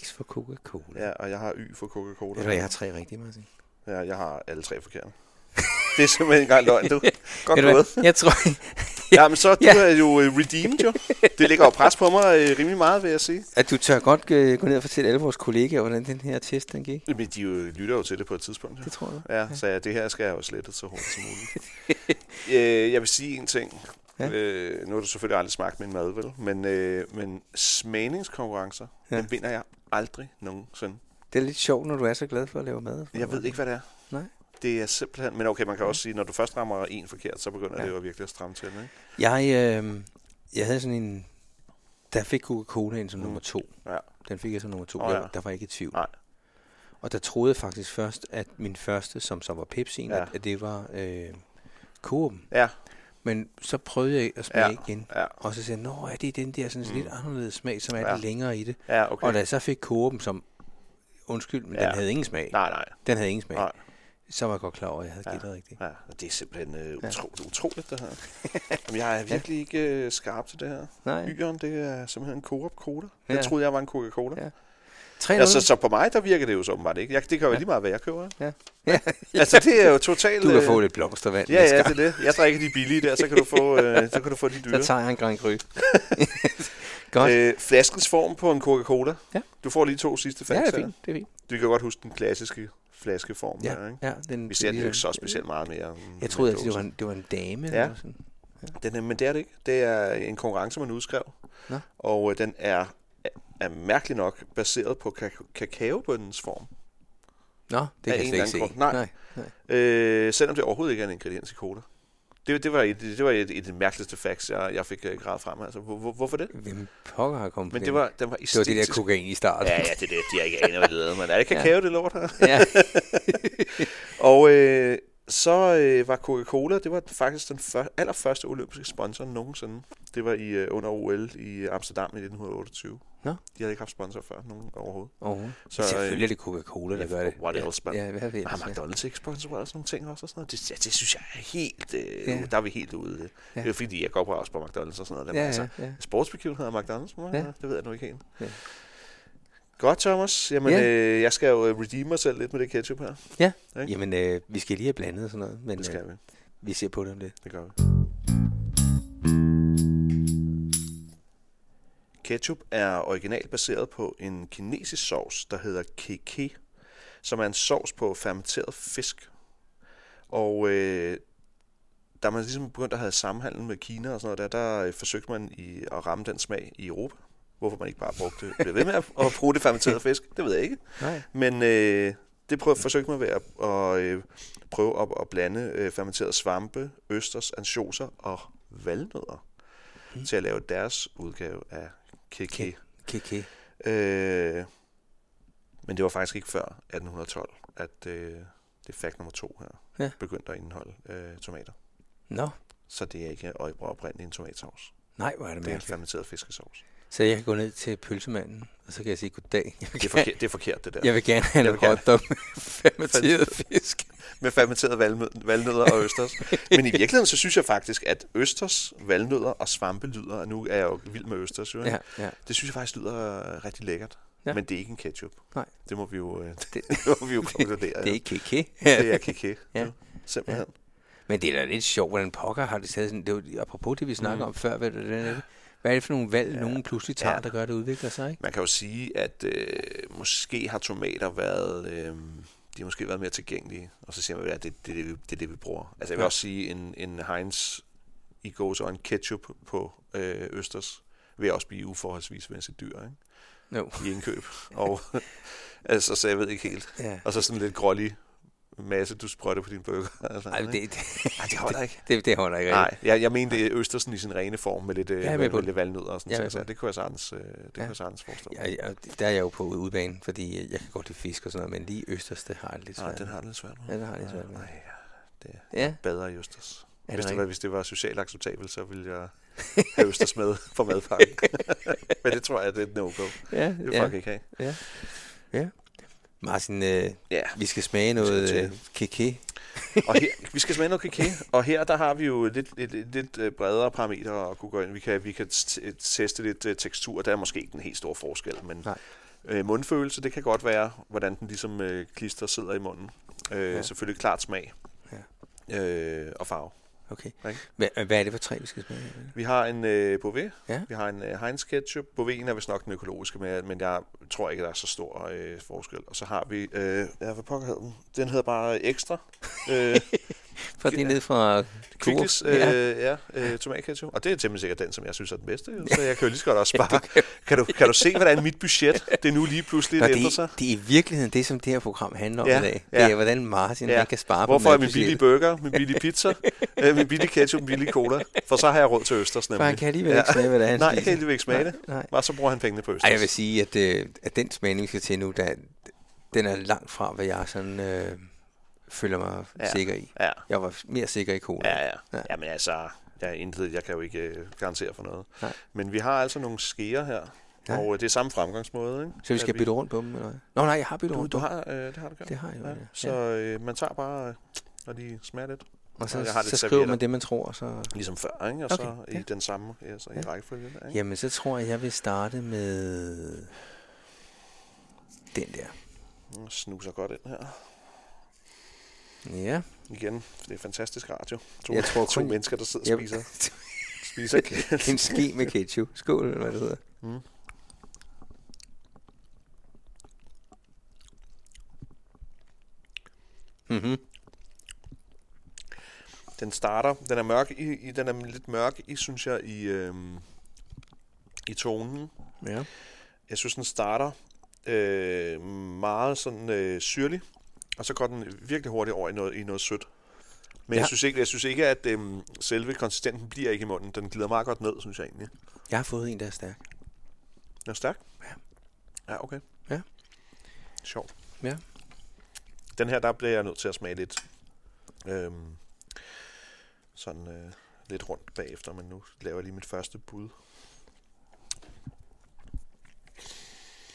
A: X for Coca-Cola. Ja.
C: Ja, og jeg har Y for Coca-Cola.
A: Ved du hvad, jeg har tre rigtige, Martin.
C: Ja, jeg har alle tre forkerte. Det er simpelthen ikke engang løgn, du. Godt
A: Ved du
C: gået.
A: hvad, jeg tror,
C: Ja, men så du
A: Ja.
C: er jo øh, redeemed jo. Det ligger jo pres på mig øh, rimelig meget, vil jeg sige.
A: At du tør godt øh, gå ned og fortælle alle vores kollegaer, hvordan den her test den gik.
C: Men de jo lytter jo til det på et tidspunkt. Jo.
A: Det tror jeg.
C: Ja, så ja, det her skal jeg jo slettet så hurtigt som muligt. øh, jeg vil sige en ting.
A: Ja.
C: Ja. Øh, nu har du selvfølgelig aldrig smagt min mad, vel? Men, øh, men smagningskonkurrencer,
A: Ja.
C: ja. den vinder jeg aldrig nogensinde.
A: Det er lidt sjovt, når du er så glad for at lave mad.
C: Jeg ved ikke, hvad det er.
A: Nej.
C: Det er simpelthen... Men okay, man kan også sige, når du først rammer en forkert, så begynder
A: Ja.
C: ja. det jo virkelig at stramme til, ikke?
A: Jeg, øh, jeg havde sådan en... Der fik Coca-Cola ind som
C: Mm.
A: nummer to.
C: Ja.
A: Den fik jeg som nummer to.
C: Åh,
A: Oh, ja.
C: ja.
A: Der var jeg ikke i tvivl.
C: Nej.
A: Og der troede jeg faktisk først, at min første, som så var Pepsi'en,
C: Ja.
A: ja. at det var øh, Coop.
C: Ja,
A: Men så prøvede jeg at smage
C: Ja.
A: igen.
C: ja,
A: Og så sagde jeg, nå, er det den der sådan mm. lidt anderledes smag, som er ja.
C: Ja.
A: lidt længere i det.
C: ja,
A: Okay. Og
C: okay.
A: da jeg så fik Coop'en, som, undskyld, men ja.
C: Ja.
A: den havde ingen smag.
C: Nej, nej,
A: Den havde ingen smag.
C: nej.
A: Så var jeg godt klar over, at jeg havde
C: Ja.
A: gættet rigtigt.
C: Ja, og det er simpelthen øh, utro, ja. utroligt, det her. Jamen, jeg er virkelig ikke øh, skarp til det her.
A: Nej,
C: Yren, det er simpelthen en Coop-cola.
A: Ja.
C: Jeg troede, jeg var en Coca-Cola.
A: Ja.
C: Ja.
A: 3-0.
C: Altså, så på mig, der virker det jo så åbenbart ikke. Jeg, det kan jo
A: Ja.
C: ja. lige meget, hvad jeg køber.
A: Ja. Ja.
C: altså, det er jo totalt...
A: du kan
C: øh,
A: få lidt blomstervand.
C: Ja,
A: næste
C: ja,
A: gang.
C: det er det. Jeg drikker de billige der, så kan du få, øh, så kan du få de dyre.
A: Så tager jeg en Grand Cru. Godt.
C: Øh, flaskens form på en Coca-Cola.
A: Ja.
C: Du får lige to sidste
A: ja,
C: facts
A: det
C: her.
A: er fint. Det er fint.
C: Du kan godt huske den klassiske flaskeform ja. her, ikke?
A: ja den,
C: Vi ser den jo
A: lige-
C: ikke så specielt meget mere. end
A: Jeg troede altid, det
C: McDonald's.
A: var en, det var en dame.
C: Ja.
A: Eller sådan.
C: Den er, men det er det ikke. Det er en konkurrence, man udskrev.
A: Nå.
C: Og øh, den er, er mærkelig nok baseret på kak- kakaobøndens form.
A: Nå, det
C: Af
A: kan jeg
C: en
A: slet
C: eller
A: ikke
C: anden
A: se.
C: grund. Nej. Øh, selvom det overhovedet ikke er en ingrediens i cola. Det, det var, et, det var et, et af de mærkeligste facts, jeg, jeg fik øh, gravet frem. Altså, hvor, hvor, hvorfor det?
A: Hvem pokker har kommet på
C: Men
A: den?
C: det var, den var
A: det var det der
C: æstetisk.
A: kokain i starten.
C: Ja, ja, det er det. De har ikke anet, hvad det er. Men er det kakao, ja. det lort her?
A: ja.
C: Og øh, så øh, var Coca-Cola, det var faktisk den før, allerførste olympiske sponsor nogensinde. Det var i øh, under OL i Amsterdam i 1928.
A: Nå.
C: De havde ikke haft sponsor før nogen overhovedet.
A: Åh,
C: Så,
A: Uh-huh.
C: øh,
A: Selvfølgelig er det Coca-Cola, der
C: Ja,
A: gør det.
C: what else,
A: ja,
C: man?
A: ja, hvad ved
C: Øh,
A: jeg? altså.
C: har McDonald's ikke sponsoreret sådan nogle ting også? Og sådan noget? Det, ja, det synes jeg er helt... Øh,
A: Ja.
C: ja. Der er vi helt ude.
A: Ja.
C: Ja. Det er fordi, jeg går på også på McDonald's og sådan noget.
A: Ja,
C: Dem, ja, altså,
A: ja, ja.
C: sportsbegivenheder af McDonald's, må jeg?
A: Ja.
C: ja. det ved jeg nu ikke helt.
A: Ja.
C: Ja. Godt, Thomas. Jamen,
A: Ja.
C: ja. øh, jeg skal jo øh, redeem mig selv lidt med det ketchup her. Ikke?
A: Jamen, øh, vi skal lige have blandet og sådan noget, men
C: Det
A: øh,
C: skal vi.
A: vi ser på det om lidt.
C: Det gør vi. Ketchup er originalt baseret på en kinesisk sovs, der hedder keke, som er en sovs på fermenteret fisk. Og øh, da man ligesom begyndte at have samhandel med Kina og sådan noget, der, der øh, forsøgte man i at ramme den smag i Europa. Hvorfor man ikke bare brugte, blev ved med at, at bruge det fermenterede fisk, det ved jeg ikke.
A: Nej.
C: Men øh, det prøv, forsøgte man ved at, at øh, prøve at, at blande øh, fermenterede svampe, østers, ansjoser og valnødder mm. til at lave deres udgave af keke.
A: Kiki.
C: Øh, men det var faktisk ikke før 1812, at øh, det er fakt nummer to her
A: Ja.
C: begyndte at indeholde øh, tomater.
A: Nå,
C: Så det er ikke Øjbro oprindeligt en tomatsovs.
A: nej, hvor er det
C: Det er en
A: mærkeligt.
C: fermenteret fiskesovs.
A: Så jeg kan gå ned til pølsemanden, og så kan jeg sige goddag. Jeg vil,
C: Det er
A: gerne,
C: forkert, det, er forkert, det der.
A: jeg vil gerne have
C: Jeg
A: en
C: vil gerne-
A: hotdog med fermenteret fisk.
C: med fermenterede valmød- valnødder og østers. Men i virkeligheden, så synes jeg faktisk, at østers, valnødder og svampelyder, og nu er jeg jo vild med østers, jo, ja.
A: Ja, ja.
C: det synes jeg faktisk lyder øh, rigtig lækkert.
A: Ja.
C: Ja. Men det er ikke en ketchup.
A: Nej.
C: Det må vi jo, øh, det, det må vi jo konkludere.
A: Det er
C: jo.
A: ikke kiki.
C: det er kike.
A: Ja.
C: Ja. Simpelthen.
A: Men det er da lidt sjovt, hvordan pokker har det taget sådan, det var, apropos det, vi snakker mm. om før, hvad, hvad, hvad er det for nogle valg, ja. nogen pludselig tager, ja.
C: Ja.
A: der gør, at det udvikler sig, ikke?
C: Man kan jo sige, at øh, måske har tomater været... Øh, de har måske været mere tilgængelige, og så siger man, at det, det, er det, vi, det er det, vi bruger. Altså jeg vil
A: Ja.
C: ja. også sige, en, en Heinz i går så en ketchup på øh, Østers vil også blive uforholdsvis mæssigt dyr ikke?
A: Jo.
C: i indkøb. og, altså, så jeg ved ikke helt.
A: Ja.
C: Og så sådan lidt grålig masse, du sprøjter på din burger. Altså,
A: Ej, det, det,
C: Ej, det holder ikke.
A: det, det holder ikke rigtigt.
C: Nej, jeg, jeg mente det er Østersen i sin rene form med lidt, øh,
A: Jeg er med
C: med,
A: på
C: med
A: det.
C: lidt valnødder og sådan
A: Jeg er med
C: noget. Så
A: på det.
C: det kunne jeg sagtens, øh, det ja. kunne jeg sagtens forstå. Ja,
A: Jeg, jeg, der er jeg jo på udebane, fordi jeg- jeg kan godt lide fisk og sådan noget, men lige Østers, det har jeg det lidt svært.
C: Nej, Ah, den har det lidt svært med.
A: Ja, den har jeg lidt svært med.
C: Nej, ja, det
A: Ja,
C: bader i Østers.
A: er
C: hvis,
A: det
C: det var,
A: rigtigt?
C: hvis det var socialt acceptabelt, så ville jeg have Østers med på madpakken. Men det tror jeg, det er et no-go.
A: Ja,
C: Det vil folk
A: ja,
C: ikke have.
A: ja. Martin, øh,
C: Ja,
A: vi skal smage
C: skal
A: noget
C: til.
A: øh, kiki.
C: og her, vi skal smage noget kake, og her der har vi jo lidt, lidt, lidt, lidt øh, bredere parametre at kunne gå ind. Vi kan, vi kan t- teste lidt øh, tekstur, der er måske ikke den helt store forskel, men
A: Nej.
C: øh, mundfølelse, det kan godt være, hvordan den ligesom øh, klister sidder i munden. Øh,
A: Ja.
C: ja. Selvfølgelig klart smag
A: Ja.
C: øh, og farve.
A: Okay.
C: Ikke?
A: Hva- Hvad er det for tre, vi skal smage?
C: Vi har en øh, Beauvais,
A: Ja.
C: ja. vi har en øh, Heinz ketchup. Beauvaisen er vist nok den økologiske, men men jeg tror ikke, der er så stor øh, forskel. Og så har vi, øh, ja, hvad pokker hed den? Den hedder bare Ekstra. Øh,
A: For det er ned fra
C: Kvicklis,
A: Coop.
C: øh,
A: Ja.
C: ja, øh, tomatketchup. Og det er temmelig sikkert den, som jeg synes er den bedste, jo. så jeg kan jo lige så godt også spare. Kan du, kan du se, hvordan mit budget, det er nu lige pludselig
A: Nå,
C: Nå,
A: det,
C: ændrer sig?
A: er, det er i virkeligheden det, som det her program handler om
C: Ja,
A: i dag. Det
C: ja.
A: er, hvordan Martin
C: Ja.
A: ja. kan spare
C: Hvorfor
A: på
C: er min billige
A: madbudgettet.
C: burger, min billige pizza, øh, min billige ketchup, min billige cola? For så har jeg råd til Østers
A: For han
C: nemlig.
A: kan alligevel ja. ikke smage, hvad det er, han
C: Nej,
A: spiser.
C: helt ikke smage det.
A: Nej.
C: Og så bruger han pengene på Østers.
A: Ej, jeg vil sige, at, øh, at den smagning, vi skal til nu, der, den er langt fra, hvad jeg sådan øh, føler mig ja.
C: Ja.
A: sikker i.
C: Ja,
A: Jeg var mere sikker i cola.
C: ja, ja.
A: Ja.
C: ja. Jamen altså, jeg, er intet, jeg kan jo ikke øh, garantere for noget.
A: Nej.
C: Men vi har altså nogle skeer her,
A: Ja.
C: og øh, det er samme fremgangsmåde. Ikke?
A: Så vi
C: At
A: skal bytte rundt på dem, eller hvad? Nå nej, jeg har byttet
C: Du,
A: rundt
C: du
A: på dem.
C: har, øh, det har du gjort.
A: Det har jeg jo, ja.
C: Ja, så øh, man tager bare øh, og lige smager lidt,
A: Og så,
C: og jeg har lidt
A: så skriver
C: servietter.
A: man det, man tror. Så...
C: ligesom før, ikke? og
A: Okay,
C: okay, så i
A: ja.
C: den samme ja, så i
A: Ja.
C: rækkefølge. Der, ikke?
A: Jamen, så tror jeg, jeg vil starte med den der.
C: Jeg Mm, snuser godt ind her.
A: Ja.
C: Igen, det er fantastisk radio. To,
A: Jeg tror
C: to
A: kun-
C: mennesker, der sidder
A: Jeg-
C: og spiser, spiser kage.
A: en ski med ketchup. Skål, eller hvad det hedder.
C: Mm.
A: Mm-hmm.
C: Den starter, den er mørk i, i den er lidt mørk i, synes jeg, i, øhm, i tonen.
A: Ja.
C: Jeg synes, den starter øh, meget sådan øh, syrlig, og så går den virkelig hurtigt over i noget, i noget sødt. Men ja.
A: Ja.
C: jeg, synes ikke, jeg synes ikke, at øhm, selve konsistenten bliver ikke i munden. Den glider meget godt ned, synes jeg egentlig.
A: Jeg har fået en, der er stærk.
C: Den er stærk?
A: Ja.
C: Ja, okay.
A: Ja.
C: Sjovt.
A: Ja.
C: Den her, der bliver jeg nødt til at smage lidt øhm, sådan øh, lidt rundt bagefter, men nu laver jeg lige mit første bud.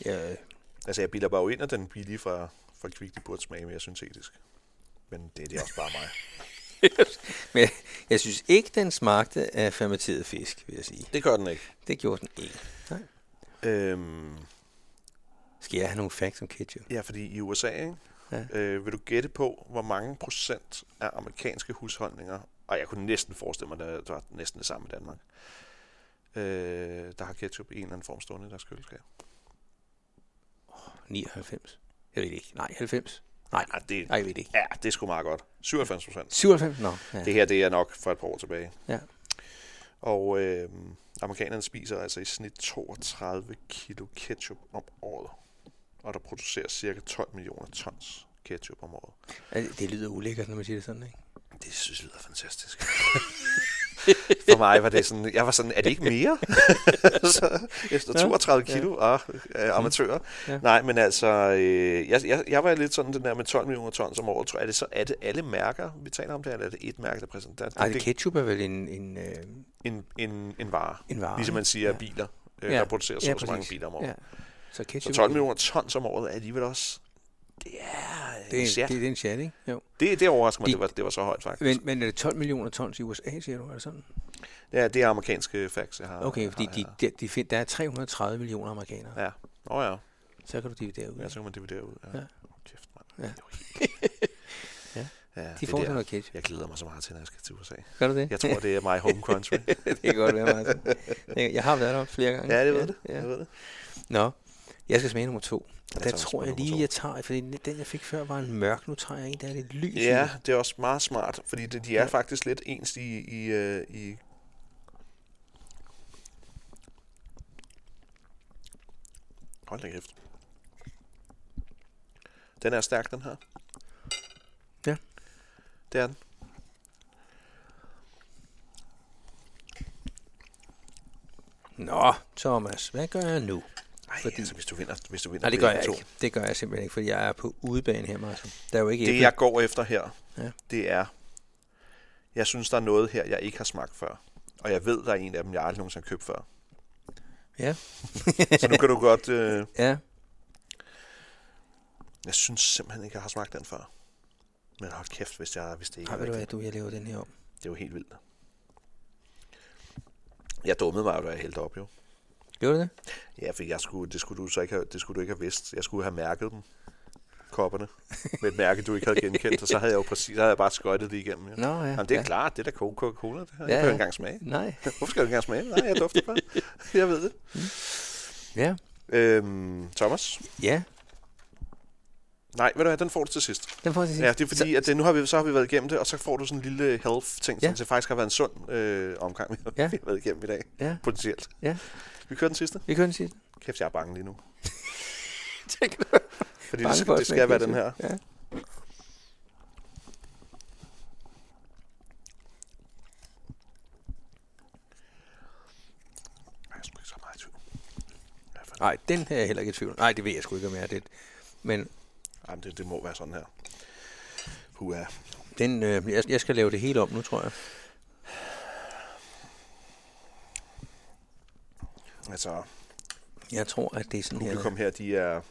A: Ja,
C: Altså, jeg bilder bare jo ind, at den billige fra, fra Kvickly burde smage mere syntetisk. Men det, det er også bare mig.
A: men jeg synes ikke, den smagte af fermenteret fisk, vil jeg sige.
C: Det gør den ikke.
A: Det gjorde den ikke.
C: Øhm,
A: Skal jeg have nogle facts om ketchup?
C: ja, fordi i USA, ikke?
A: Ja.
C: Ja. Øh, vil du gætte på, hvor mange procent af amerikanske husholdninger, og jeg kunne næsten forestille mig, at det var næsten det samme i Danmark, øh, der har ketchup i en eller anden form stående i deres køleskab.
A: 99. Jeg ved det ikke. Nej, 90. Nej,
C: Ah, det,
A: nej, jeg ved det ikke.
C: ja, det er sgu meget godt. 97 procent.
A: 97? Nå, ja.
C: Det her, det er nok for et par år tilbage.
A: Ja.
C: Og øh, amerikanerne spiser altså i snit 32 kilo ketchup om året. Og der produceres cirka 12 millioner tons ketchup om året.
A: Altså, Det lyder ulækkert, når man siger det sådan, ikke?
C: Det synes jeg lyder fantastisk. For mig var det sådan, jeg var sådan, er det ikke mere? så efter
A: Ja,
C: 32 kilo og øh, amatører.
A: Ja.
C: Ja. Nej, men altså, øh, jeg, jeg, jeg var lidt sådan den der med 12 millioner tons om året. Tror, er det så er det alle mærker, vi taler om det, eller er det et mærke, der præsenterer?
A: Nej, ketchup er vel en, en, øh,
C: en, en, en vare.
A: en vare.
C: Ligesom man siger,
A: ja.
C: at biler, øh, der producerer så, ja, så mange biler om året.
A: Ja. Så ketchup
C: Så 12 millioner tons om året er alligevel også... Det er
A: Det
C: en
A: er,
C: chat.
A: det, det er en chat, ikke? Jo.
C: Det, det overrasker mig,
A: De-
C: det var, det var så højt faktisk.
A: Men, men er det 12 millioner tons i USA, siger du? Er det sådan?
C: ja, det er amerikanske facts, jeg har.
A: Okay, fordi
C: har
A: de,
C: her.
A: de, de find, der er 330 millioner amerikanere. Ja.
C: Ja. Åh oh, ja.
A: Så kan du dividere ud.
C: ja, så kan man dividere ud. Ja. ja.
A: Ja.
C: Kæft, mand.
A: Ja.
C: Det er jo helt-
A: Ja.
C: ja
A: de
C: det
A: får sådan
C: der.
A: noget ketchup.
C: Jeg glæder mig så meget til, når jeg skal til USA.
A: Gør du det?
C: Jeg tror, det er my home country.
A: det kan godt være, Martin. Det- Jeg har været der flere gange.
C: ja, det ved det.
A: Ja.
C: Jeg ved det.
A: Nå, jeg skal smage nummer to. Og der
C: tager vi
A: tror
C: smag
A: jeg
C: nummer
A: lige,
C: to.
A: jeg tager, for den, jeg fik før, var en mørk. Nu tager jeg en, der er lidt lys. i.
C: Ja, det er også meget smart, fordi det, de er
A: Ja.
C: ja. faktisk lidt ens i, i, øh, i... Hold da kæft. Den er stærk, den her.
A: Ja.
C: Det er den.
A: Nå, Thomas, hvad gør jeg nu?
C: Ej,
A: Fordi-
C: fordi... altså, hvis du vinder, hvis du vinder
A: Nej, det gør jeg
C: begge to.
A: ikke. Det gør jeg simpelthen ikke, fordi jeg er på udebane her, Martin. Der er jo ikke
C: Det,
A: æble.
C: jeg går efter her,
A: Ja.
C: ja. det er... Jeg synes, der er noget her, jeg ikke har smagt før. Og jeg ved, der er en af dem, jeg aldrig nogensinde har købt før.
A: Ja.
C: Så nu kan du godt... Øh,
A: Ja,
C: Jeg synes simpelthen ikke, jeg har smagt den før. Men hold kæft, hvis, jeg, hvis det ikke
A: Ej,
C: er
A: ved du hvad,
C: rigtigt.
A: du, jeg laver den her om.
C: Det er jo helt vildt. Jeg dummede mig, da jeg hældte op, jo.
A: Gjorde du det?
C: Ja, for jeg skulle, det, skulle du så ikke have, det skulle du ikke have vidst. Jeg skulle have mærket den. kopperne med et mærke, du ikke havde genkendt, og så havde jeg jo præcis, så havde jeg bare skøjtet det igennem. Ja.
A: Nå, ja.
C: Jamen, det er
A: ja.
C: klart, det er da Coca-Cola, det her.
A: Ja,
C: Jeg kan
A: ja.
C: ikke engang smage.
A: Nej,
C: Hvorfor skal jeg ikke engang smage? Nej, jeg dufter bare. Jeg ved det.
A: ja.
C: Øhm, Thomas?
A: Ja,
C: Nej, ved du hvad, den får du til sidst.
A: den får jeg til sidst.
C: Ja, det er fordi, at det, nu har vi, så har vi været igennem det, og så får du sådan en lille health-ting,
A: Ja.
C: som det faktisk har været en sund øh, omgang, vi har,
A: Ja.
C: vi har været igennem i dag,
A: Ja.
C: potentielt.
A: Ja.
C: Vi kører den sidste.
A: Vi kører den sidste.
C: Kæft, jeg er bange lige nu.
A: Tænker du?
C: Fordi
A: Bange
C: det,
A: for
C: skal, ligesom-
A: at
C: det
A: smage
C: skal være den her.
A: ketchup. Ja.
C: Ej, Jeg er sgu ikke så meget i tvivl. Hvad for-
A: Nej, den her er jeg heller ikke i tvivl. om. Nej, det ved jeg sgu ikke, om jeg er det. Men
C: Ej, men det, det må være sådan her. Hua.
A: den, øh, jeg, jeg skal lave det hele om nu, tror jeg.
C: Altså,
A: Jeg tror, at det er sådan her.
C: publikum her, de er,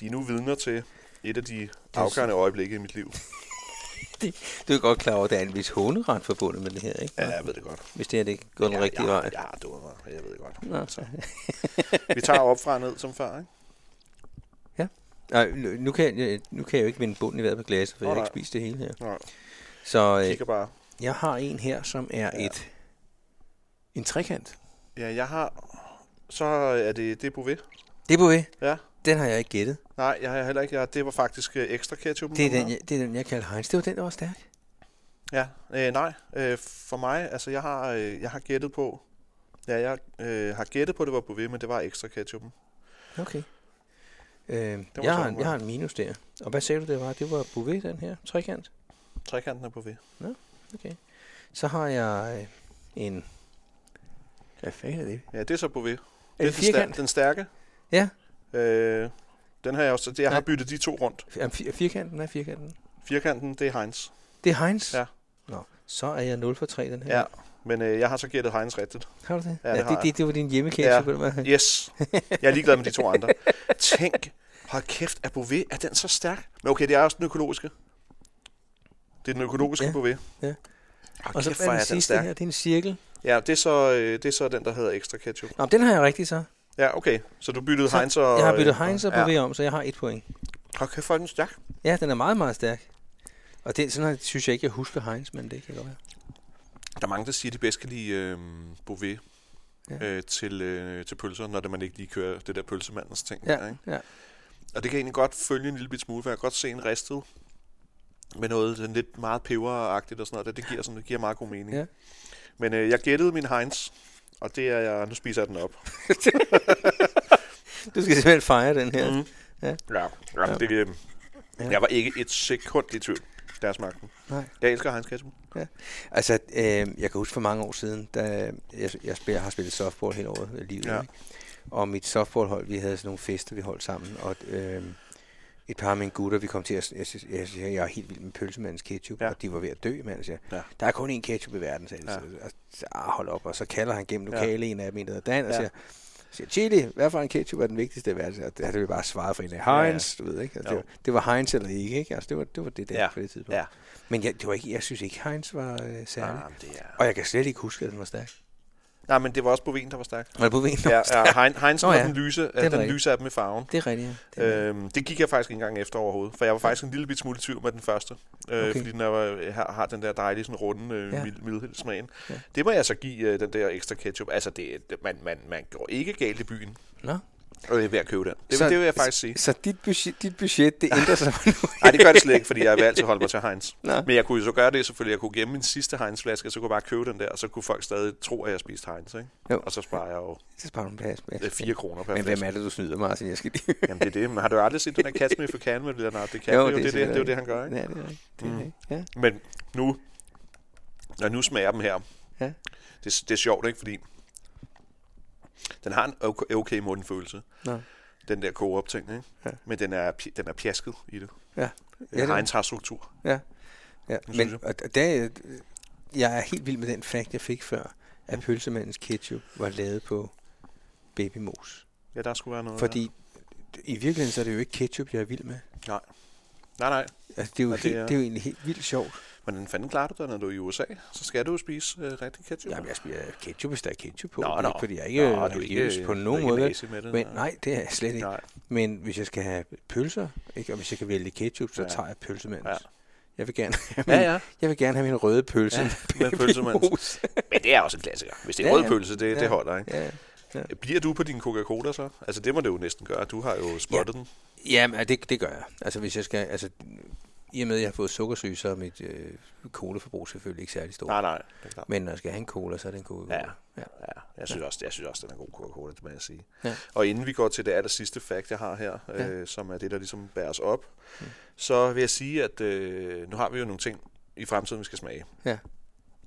C: de er nu vidner til et af de afgørende øjeblikke i mit liv.
A: Du er godt klar over, at der er en vis håneret forbundet med det her, ikke?
C: Ja, jeg ved det godt.
A: Hvis det her det ikke går den
C: Ja,
A: rigtige
C: jeg,
A: vej.
C: Jeg har dummet mig, jeg ved det godt.
A: Nå.
C: Så. Vi tager op fra og ned som før, ikke?
A: Nej, nu- nu kan, jeg, nu kan jeg jo ikke vinde bunden i vejret på glasset, for
C: Nå,
A: jeg har
C: nej.
A: ikke spist det hele her.
C: Nå,
A: Så øh,
C: kigger bare.
A: jeg har en her, som er
C: Ja.
A: et en trekant.
C: Ja, jeg har... Så er det, det er Bouvet.
A: Det er Bouvet.
C: Ja.
A: Den har jeg ikke gættet.
C: Nej, jeg har heller ikke. Jeg, det var faktisk øh, ekstra ketchup.
A: Det er, den, jeg, det er den, jeg kalder Heinz. Det var den, der var stærk.
C: Ja, øh, nej. Øh, for mig, altså jeg har, øh, jeg har gættet på... Ja, jeg øh, har gættet på, at det var Bouvet, men det var ekstra ketchup.
A: Okay. Øh,
C: var
A: jeg, har,
C: sådan,
A: en- jeg har en minus der. Og hvad sagde du, det var? Det var Bouvet, den her trekant.
C: Trekanten er Bouvet.
A: Så har jeg øh, en... Hvad fanden er det?
C: Ja, det er så Bouvet.
A: Er
C: Det er
A: det
C: den, stær-
A: firkant?
C: den stærke.
A: Ja.
C: Øh, den har jeg også... Jeg har
A: Nej.
C: byttet de to rundt.
A: Er fir- firkanten? Nej, firkanten.
C: Firkanten, det er Heinz.
A: Det er Heinz?
C: Ja.
A: Nå, så er jeg 0 for 3 den her.
C: Ja. Men øh, jeg har så gættet Heinz rigtigt.
A: Har du det?
C: Ja, det har
A: det,
C: jeg.
A: det, det var din hjemmeketchup,
C: Ja.
A: ja. eller hvad?
C: Yes. Jeg er ligeglad med de to andre. Tænk, hold kæft, er Bouvet, er den så stærk? Men okay, det er også den økologiske. Det er den økologiske
A: Ja,
C: ja. Bouvet.
A: ja.
C: Hold
A: Og så
C: kæft,
A: er
C: hvor
A: den
C: er den
A: sidste
C: stærk.
A: her, det er en cirkel.
C: Ja, det er, så, øh, det er så den, der hedder ekstra ketchup.
A: Nå, men den har jeg rigtig så.
C: Ja, okay. Så du byttede
A: Så
C: Heinz og...
A: Jeg har byttet Heinz og
C: ja.
A: Bouvet om, så jeg har et point.
C: Hold kæft, hvor er den stærk.
A: Ja, den er meget, meget stærk. Og det, sådan noget, synes jeg ikke, jeg husker Heinz, men det kan godt være.
C: Der er mange, der siger, at de bedst kan lide øh, Bouvet
A: Ja.
C: ja. øh, til, øh, til pølser, når det man ikke lige kører det der pølsemandens ting. der,
A: Ja,
C: ikke?
A: ja.
C: Og det kan jeg egentlig godt følge en lille bit smule, for jeg kan godt se en ristet med noget sådan lidt meget peberagtigt og sådan noget. Det, det, giver, sådan, det giver meget god mening.
A: Ja.
C: Men øh, jeg gættede min Heinz, og det er jeg, nu spiser jeg den op.
A: Du skal simpelthen fejre den her. Mm.
C: Mhm. Ja, ja, Det, øh,
A: Ja.
C: jeg var ikke et sekund i tvivl, da jeg smagte den.
A: Nej.
C: Jeg elsker Heinz ketchup.
A: Altså, øh, jeg kan huske for mange år siden, da jeg, jeg, spiller, har spillet softball hele året af livet.
C: Ja.
A: Ja. Og mit softballhold, vi havde sådan nogle fester, vi holdt sammen. Og øh, et par af mine gutter, vi kom til at... Jeg, jeg, jeg, jeg er helt vild med pølsemandens ketchup, ja.
C: Ja.
A: og de var ved at dø, mand. Så jeg,
C: Ja.
A: Der er kun én ketchup i verden, sagde de.
C: Ja.
A: Ja. Så, og, så, ah, hold op. Og så kalder han gennem
C: Ja.
A: lokale ja. en af dem, en der hedder Dan, og
C: Ja.
A: siger, siger, chili, hvad for en ketchup er den vigtigste i verden? Og der havde vi bare svaret for en af Heinz, ja, ja. du ved, ikke? Altså,
C: Jo.
A: det, var, det var Heinz eller ikke, ikke? Altså, det var det, var det der
C: Ja.
A: på det tidspunkt.
C: Ja.
A: Men jeg, det var ikke, jeg synes ikke, Heinz var øh, særlig.
C: Ah, men det er...
A: Og jeg kan slet ikke huske, at den var stærk.
C: Nej, men det var også Bovin, der var stærk.
A: Var det på vinen?
C: Ja, ja Hein- Heinz
A: Nå
C: var
A: ja,
C: den, lyse,
A: er
C: øh, den
A: rigtigt.
C: lyse af dem i farven.
A: Det er rigtigt, ja. Det er rigtigt.
C: Øhm, det gik jeg faktisk ikke engang efter overhovedet, for jeg var faktisk en lille bit smule i tvivl med den første, øh,
A: Okay.
C: okay. fordi den er, har, har den der dejlige sådan runde øh,
A: Ja.
C: ja. mild, smagen.
A: Ja.
C: Ja. Det må jeg så give øh, den der ekstra ketchup. Altså, det, det- man, man, man går ikke galt i byen
A: Nå.
C: øh, ved at købe den. Det,
A: Så-
C: så, det vil jeg faktisk sige.
A: Så dit budget, dit budget, det ændrer sig nu.
C: Nej, det gør det slet ikke, fordi jeg vil altid holde mig til Heinz.
A: Nå.
C: Men jeg kunne jo så gøre det selvfølgelig. Jeg kunne gemme min sidste Heinz-flaske, og så kunne jeg bare købe den der, og så kunne folk stadig tro, at jeg spiste Heinz. Ikke?
A: Jo.
C: Og så sparer jeg jo
A: Så sparer du en plads. Men,
C: øh, 4 kroner per
A: men
C: flaske.
A: hvem er det, du snyder, Martin? Jeg skal lige...
C: Jamen, det er det. Men har du aldrig set den der Catch Me If You Can med Leonardo DiCaprio? Jo, det, er det, det, det, er jo det, han gør, ikke?
A: Ja, det er rigtigt. Det er
C: Mm.
A: rigtigt. Ja.
C: Men nu, når jeg nu smager dem her,
A: Ja.
C: det, det er sjovt, ikke? Fordi den har en okay, okay mundfølelse,
A: Nå.
C: den der koop ting ikke?
A: Ja.
C: Men den er, pi- den er pjasket i det.
A: Ja.
C: Ja,
A: det er-
C: Heinz har struktur.
A: Ja. ja.
C: Nu
A: Men
C: synes
A: og og der, jeg er helt vild med den fact, jeg fik før, at pølsemandens ketchup var lavet på babymos.
C: Ja, der skulle være noget
A: Fordi i virkeligheden, så er det jo ikke ketchup, jeg er vild med.
C: Der. Nej, nej.
A: Altså, det, er jo
C: Og
A: helt,
C: det
A: det, er...
C: er-
A: det er jo egentlig helt vildt sjovt.
C: Hvordan fanden klarer du dig, når du er i USA? Så skal du jo spise øh, rigtig ketchup.
A: Jamen, jeg spiser ketchup, hvis der er ketchup på.
C: Nå,
A: Nå,
C: nå.
A: nå. Fordi jeg er ikke
C: Nå,
A: nå,
C: du er
A: religiøs
C: ikke-
A: på
C: du er
A: nogen
C: ikke
A: måde.
C: nazi med det,
A: men,
C: nej.
A: nej, det er jeg slet ikke.
C: Nej.
A: Men hvis jeg skal have pølser, ikke? og hvis jeg kan vælge ketchup, så
C: Ja.
A: ja. tager jeg pølsemandens.
C: Ja.
A: Ja. Jeg vil gerne have min,
C: Ja,
A: ja, ja.
C: ja.
A: Jeg vil gerne have min røde pølse
C: Ja, med pølsemandens.
A: pølsemandens.
C: Men det er også en klassiker. Hvis det er
A: Ja,
C: rød
A: ja.
C: pølse, det, ja.
A: Ja.
C: det holder, ikke?
A: Ja.
C: Bliver du på din Coca-Cola så? Altså, det må det jo næsten gøre. Du har jo spottet ja. den.
A: Jamen, ja, det, det gør jeg. Altså, hvis jeg skal... Altså, I og med, at jeg har fået sukkersyge, så er mit øh, colaforbrug selvfølgelig ikke særlig stort.
C: Nej, nej. Det er klart.
A: Men når jeg skal have en cola, så er det en cola.
C: Ja.
A: ja.
C: Ja, jeg synes, også, jeg synes også, den er god Coca-Cola, det må jeg sige.
A: Ja.
C: Og inden vi går til det aller sidste fact, jeg har her, ja.
A: Ja.
C: øh, som er det, der ligesom bærer os op, så vil jeg sige, at øh, nu har vi jo nogle ting i fremtiden, vi skal smage.
A: Ja.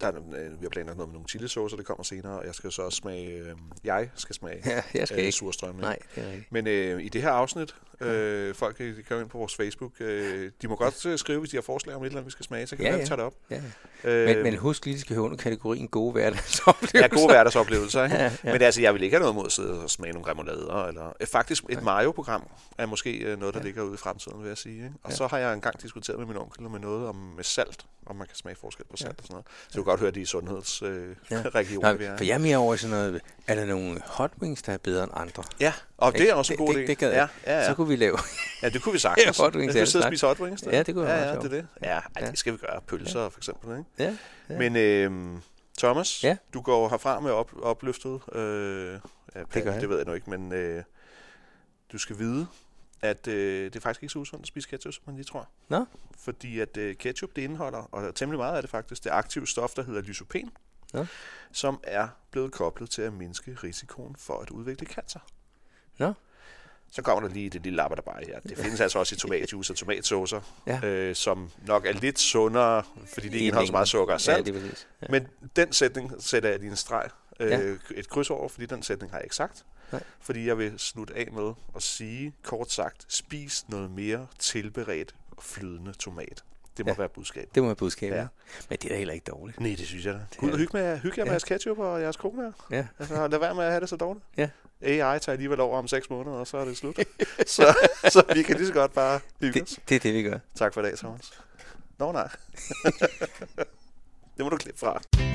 C: Der er, nogle- øh, vi har planlagt noget med nogle chilisaucer, det kommer senere, og jeg skal jo så også smage, øh, jeg skal smage
A: ja jeg skal øh, ikke.
C: surstrømmene.
A: Nej, det er rigtigt.
C: Men øh, i det her afsnit, øh, folk øh, de kan jo ind på vores Facebook, øh, de må godt øh, skrive, hvis de har forslag om et eller andet, vi skal smage, så kan
A: Ja,
C: vi ja.
A: ja.
C: tage det op.
A: Ja. ja.
C: Øh,
A: Men, men husk lige, det skal høre under kategorien gode hverdagsoplevelser.
C: Ja, gode hverdagsoplevelser, ikke?
A: Ja,
C: ja. Men altså, jeg vil ikke have noget mod at sidde og smage nogle remoulader. Eller, øh, faktisk et Mario-program er måske øh, noget, der ja. ligger ude i fremtiden, vil jeg sige. Ikke? Og ja. så har jeg engang diskuteret med min onkel med noget om med salt, om man kan smage forskel på salt ja. og sådan noget. Så du kan godt høre, at de er
A: Ja.
C: sundhedsregioner, øh, ja. vi
A: Nå,
C: er.
A: for
C: i.
A: jeg er mere over i sådan noget, er der nogle hot wings, der er bedre end andre?
C: Ja, og det er
A: Ikke?
C: også en
A: Det-
C: god
A: det-
C: idé.
A: det gad
C: ja,
A: jeg.
C: ja, ja.
A: Så kunne vi lave...
C: ja, det kunne vi sagtens.
A: Ja, hot wings,
C: Hvis
A: ja,
C: vi sidder og
A: tak.
C: spiser hot wings. der.
A: Ja, det kunne
C: ja,
A: være
C: ja,
A: meget
C: det er det. Ja, ej, det skal vi gøre. Pølser for eksempel, ikke?
A: ja. Ja.
C: Men øhm, Thomas, ja.
A: Ja.
C: du går herfra med op, opløftet. Øh, ja, det,
A: gør
C: gør
A: jeg.
C: det ved jeg nu ikke, men øh, du skal vide, at øh, det er faktisk ikke så usundt at spise ketchup, som man lige tror.
A: Nå.
C: Fordi at øh, ketchup, det indeholder, og temmelig meget af det faktisk, det aktive stof, der hedder lysopen,
A: Nå.
C: som er blevet koblet til at mindske risikoen for at udvikle cancer.
A: Nå.
C: Så kommer der lige det lille lapper der bare her. Det findes altså også i tomatjuice og tomatsaucer,
A: Ja.
C: øh, som nok er lidt sundere, fordi det ikke indeholder så meget sukker og salt.
A: Ja, det er præcis. Ja.
C: Men den sætning sætter jeg lige en streg, øh,
A: Ja.
C: et kryds over, fordi den sætning har jeg ikke sagt.
A: Nej.
C: Fordi jeg vil slutte af med at sige, kort sagt, spis noget mere tilberedt og flydende tomat. Det må ja.
A: Ja.
C: være budskabet.
A: Det må være budskabet.
C: Ja.
A: Ja. Men det er da heller ikke dårligt.
C: Nej, det synes jeg da.
A: er
C: Gud,
A: det.
C: hygge, med, hygge jer med
A: Ja.
C: jeres ketchup og jeres kroner.
A: Ja.
C: Altså, lad være med at have det så dårligt.
A: Ja.
C: AI tager alligevel over om seks måneder, og så er det slut. så, så vi kan lige så godt bare hygge os.
A: Det, det er det, vi gør.
C: Tak for i dag, Thomas. Nå nej. det må du klippe fra.